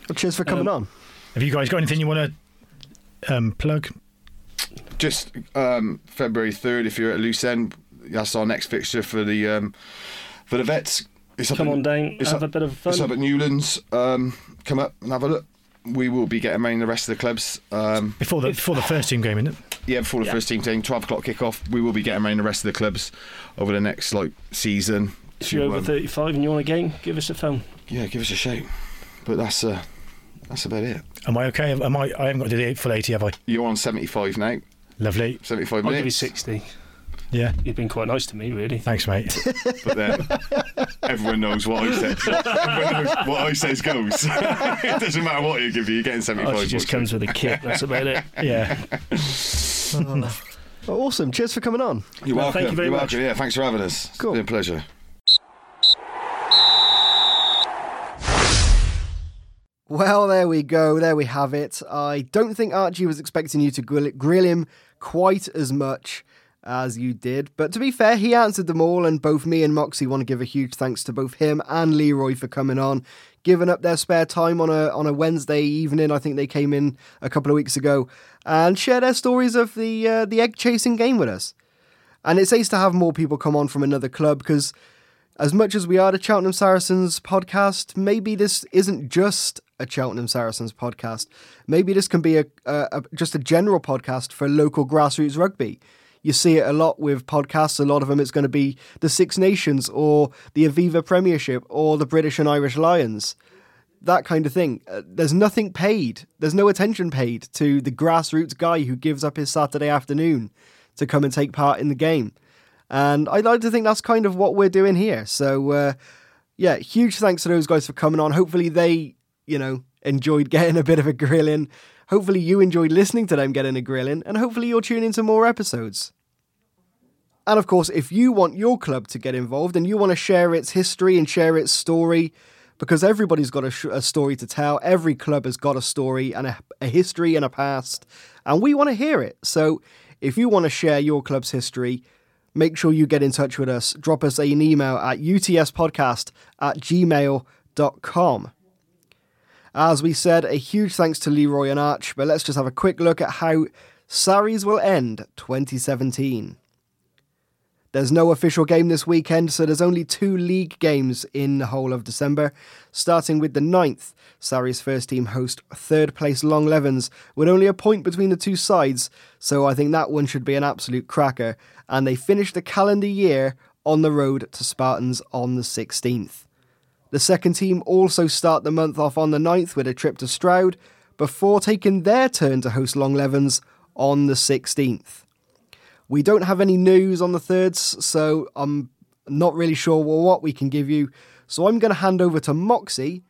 S1: Well, cheers for coming on.
S9: Have you guys got anything you want to um, plug?
S6: Just um, February third, if you're at loose end, that's our next fixture for the um, for the vets. It's up
S7: Come
S6: in-
S7: on down,
S6: it's
S7: have
S6: up-
S7: a bit of
S6: It's up
S7: fun.
S6: at Newlands. Um, come up and have a look. We will be getting around the rest of the clubs. Um,
S9: Before the before the first team game, isn't it?
S6: yeah, before the first team thing, twelve o'clock kickoff. We will be getting around the rest of the clubs over the next like season.
S7: If you're
S6: to,
S7: over
S6: um,
S7: 35 and you want a game, give us a phone.
S6: yeah, give us a shout. But that's uh, that's about it.
S9: Am I okay? Am I? I haven't got to the eight full eighty, have I?
S6: You're on seventy-five now.
S9: Lovely.
S6: Seventy-five
S7: I'll
S6: minutes.
S7: give you 60.
S9: Yeah.
S7: You've been quite nice to me, really.
S9: Thanks, mate.
S6: but then everyone knows what I said. Everyone knows what I says goes. it doesn't matter what you give you, you're getting 75
S7: Archie Oh, just
S6: bucks.
S7: comes with a kit, that's about it.
S9: Yeah.
S1: Oh, awesome. Cheers for coming on.
S6: You're
S7: No,
S6: welcome.
S7: thank you very
S6: are
S7: much.
S6: welcome. Yeah, thanks for having us. It's
S1: Cool.
S6: been a pleasure.
S1: Well, there we go. There we have it. I don't think Archie was expecting you to grill, grill him quite as much as you did. But to be fair, he answered them all, and both me and Moxie want to give a huge thanks to both him and Leroy for coming on, giving up their spare time on a on a Wednesday evening. I think they came in a couple of weeks ago and shared their stories of the uh, the egg chasing game with us. And it's ace to have more people come on from another club because as much as we are the Cheltenham Saracens podcast, maybe this isn't just a Cheltenham Saracens podcast. Maybe this can be a, a, a just a general podcast for local grassroots rugby. You see it a lot with podcasts. A lot of them, it's going to be the Six Nations or the Aviva Premiership or the British and Irish Lions that kind of thing. Uh, there's nothing paid. There's no attention paid to the grassroots guy who gives up his Saturday afternoon to come and take part in the game. And I like to think that's kind of what we're doing here. So, uh, yeah, huge thanks to those guys for coming on. Hopefully, they, you know, enjoyed getting a bit of a grilling. Hopefully, you enjoyed listening to them getting a grilling. And hopefully, you'll tune into more episodes. And of course, if you want your club to get involved and you want to share its history and share its story, because everybody's got a, sh- a story to tell, every club has got a story and a, a history and a past, and we want to hear it. So if you want to share your club's history, make sure you get in touch with us. Drop us an email at utspodcast at gmail.com. As we said, a huge thanks to Leroy and Arch, but let's just have a quick look at how Saris will end 2017. There's no official game this weekend, so there's only two league games in the whole of December. Starting with the 9th, Sarri's first team host third place Long Levens with only a point between the two sides, so I think that one should be an absolute cracker. And they finish the calendar year on the road to Spartans on the 16th. The second team also start the month off on the 9th with a trip to Stroud before taking their turn to host Long Levens on the 16th. We don't have any news on the thirds, so I'm not really sure well, what we can give you. So I'm going to hand over to Moxie.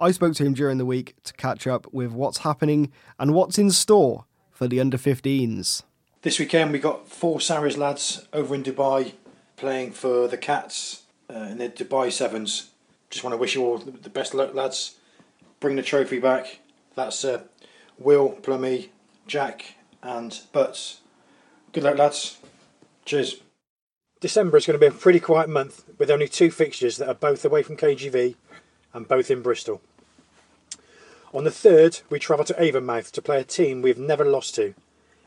S1: I spoke to him during the week to catch up with what's happening and what's in store for the under 15s.
S4: This weekend we got four Sarries lads over in Dubai playing for the Cats uh, in the Dubai Sevens. Just want to wish you all the the best luck, lads. Bring the trophy back. That's uh, Will, Plummy, Jack, and Butts. Good luck, lads. Cheers. December is going to be a pretty quiet month with only two fixtures that are both away from KGV and both in Bristol. On the 3rd, we travel to Avonmouth to play a team we've never lost to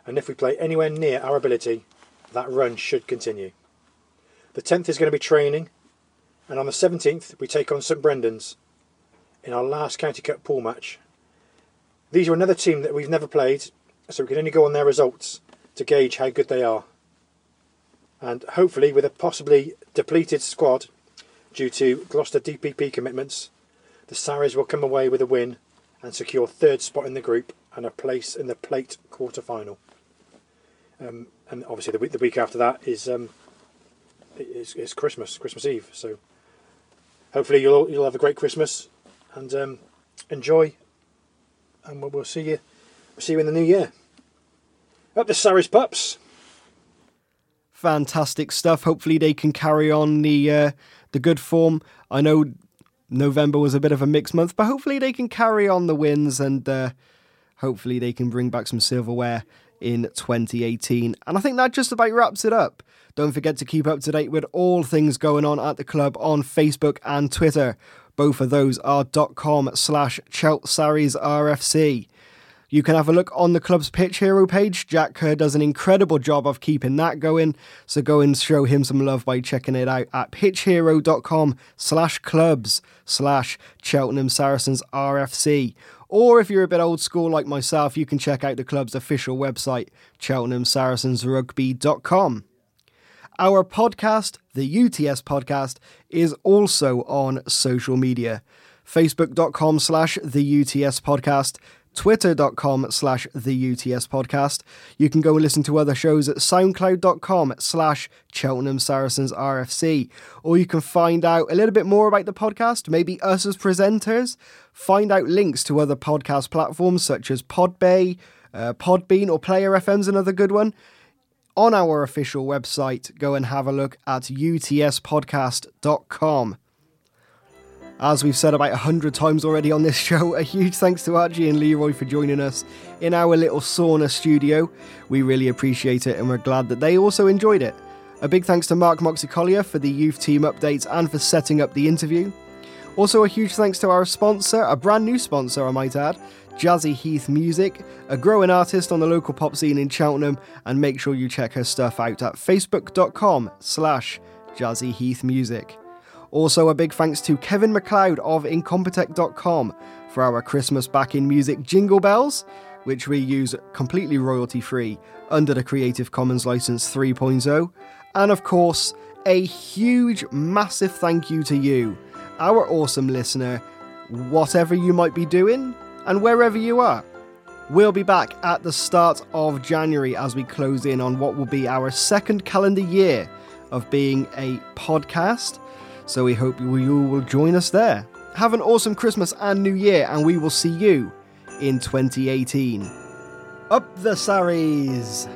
S4: and if we play anywhere near our ability, that run should continue. The 10th is going to be training, and on the 17th, we take on St Brendan's in our last County Cup pool match. These are another team that we've never played, so we can only go on their results to gauge how good they are. And hopefully, with a possibly depleted squad due to Gloucester DPP commitments, the Sarries will come away with a win and secure third spot in the group and a place in the plate quarter final. Um, and obviously, the week, the week after that is, um, i- is is Christmas, Christmas Eve. So hopefully, you'll all- you'll have a great Christmas and um, enjoy. And we'll, we'll see you we'll see you in the new year. Up the Sarries pups.
S1: Fantastic stuff. Hopefully, they can carry on the uh, the good form. I know November was a bit of a mixed month, but hopefully they can carry on the wins and uh, hopefully they can bring back some silverware in 2018. And I think that just about wraps it up. Don't forget to keep up to date with all things going on at the club on Facebook and Twitter. Both of those are .com slash Chelsaris RFC. You can have a look on the club's Pitch Hero page. Jack Kerr does an incredible job of keeping that going, so go and show him some love by checking it out at pitchhero.com slash clubs slash Cheltenham Saracens RFC. Or if you're a bit old school like myself, you can check out the club's official website, cheltenhamsaracensrugby.com. Our podcast, the UTS podcast, is also on social media. Facebook.com slash the UTS podcast, Twitter.com slash the UTS podcast. You can go and listen to other shows at SoundCloud.com slash Cheltenham Saracens RFC. Or you can find out a little bit more about the podcast, maybe us as presenters. Find out links to other podcast platforms such as Podbay, uh, Podbean, or Player FM's another good one on our official website. Go and have a look at utspodcast.com. As we've said about a hundred times already on this show, a huge thanks to Archie and Leroy for joining us in our little sauna studio. We really appreciate it and we're glad that they also enjoyed it. A big thanks to Mark Moxie Collier for the youth team updates and for setting up the interview. Also, a huge thanks to our sponsor, a brand new sponsor, I might add, Jazzy Heath Music, a growing artist on the local pop scene in Cheltenham, and make sure you check her stuff out at facebook.com slash Jazzy Heath Music. Also, a big thanks to Kevin McLeod of Incompetech.com for our Christmas back in music jingle bells, which we use completely royalty free under the Creative Commons License 3.0. And of course, a huge, massive thank you to you, our awesome listener, whatever you might be doing and wherever you are. We'll be back at the start of January as we close in on what will be our second calendar year of being a podcast. So we hope you will join us there. Have an awesome Christmas and New Year, and we will see you in 2018. Up the Saris!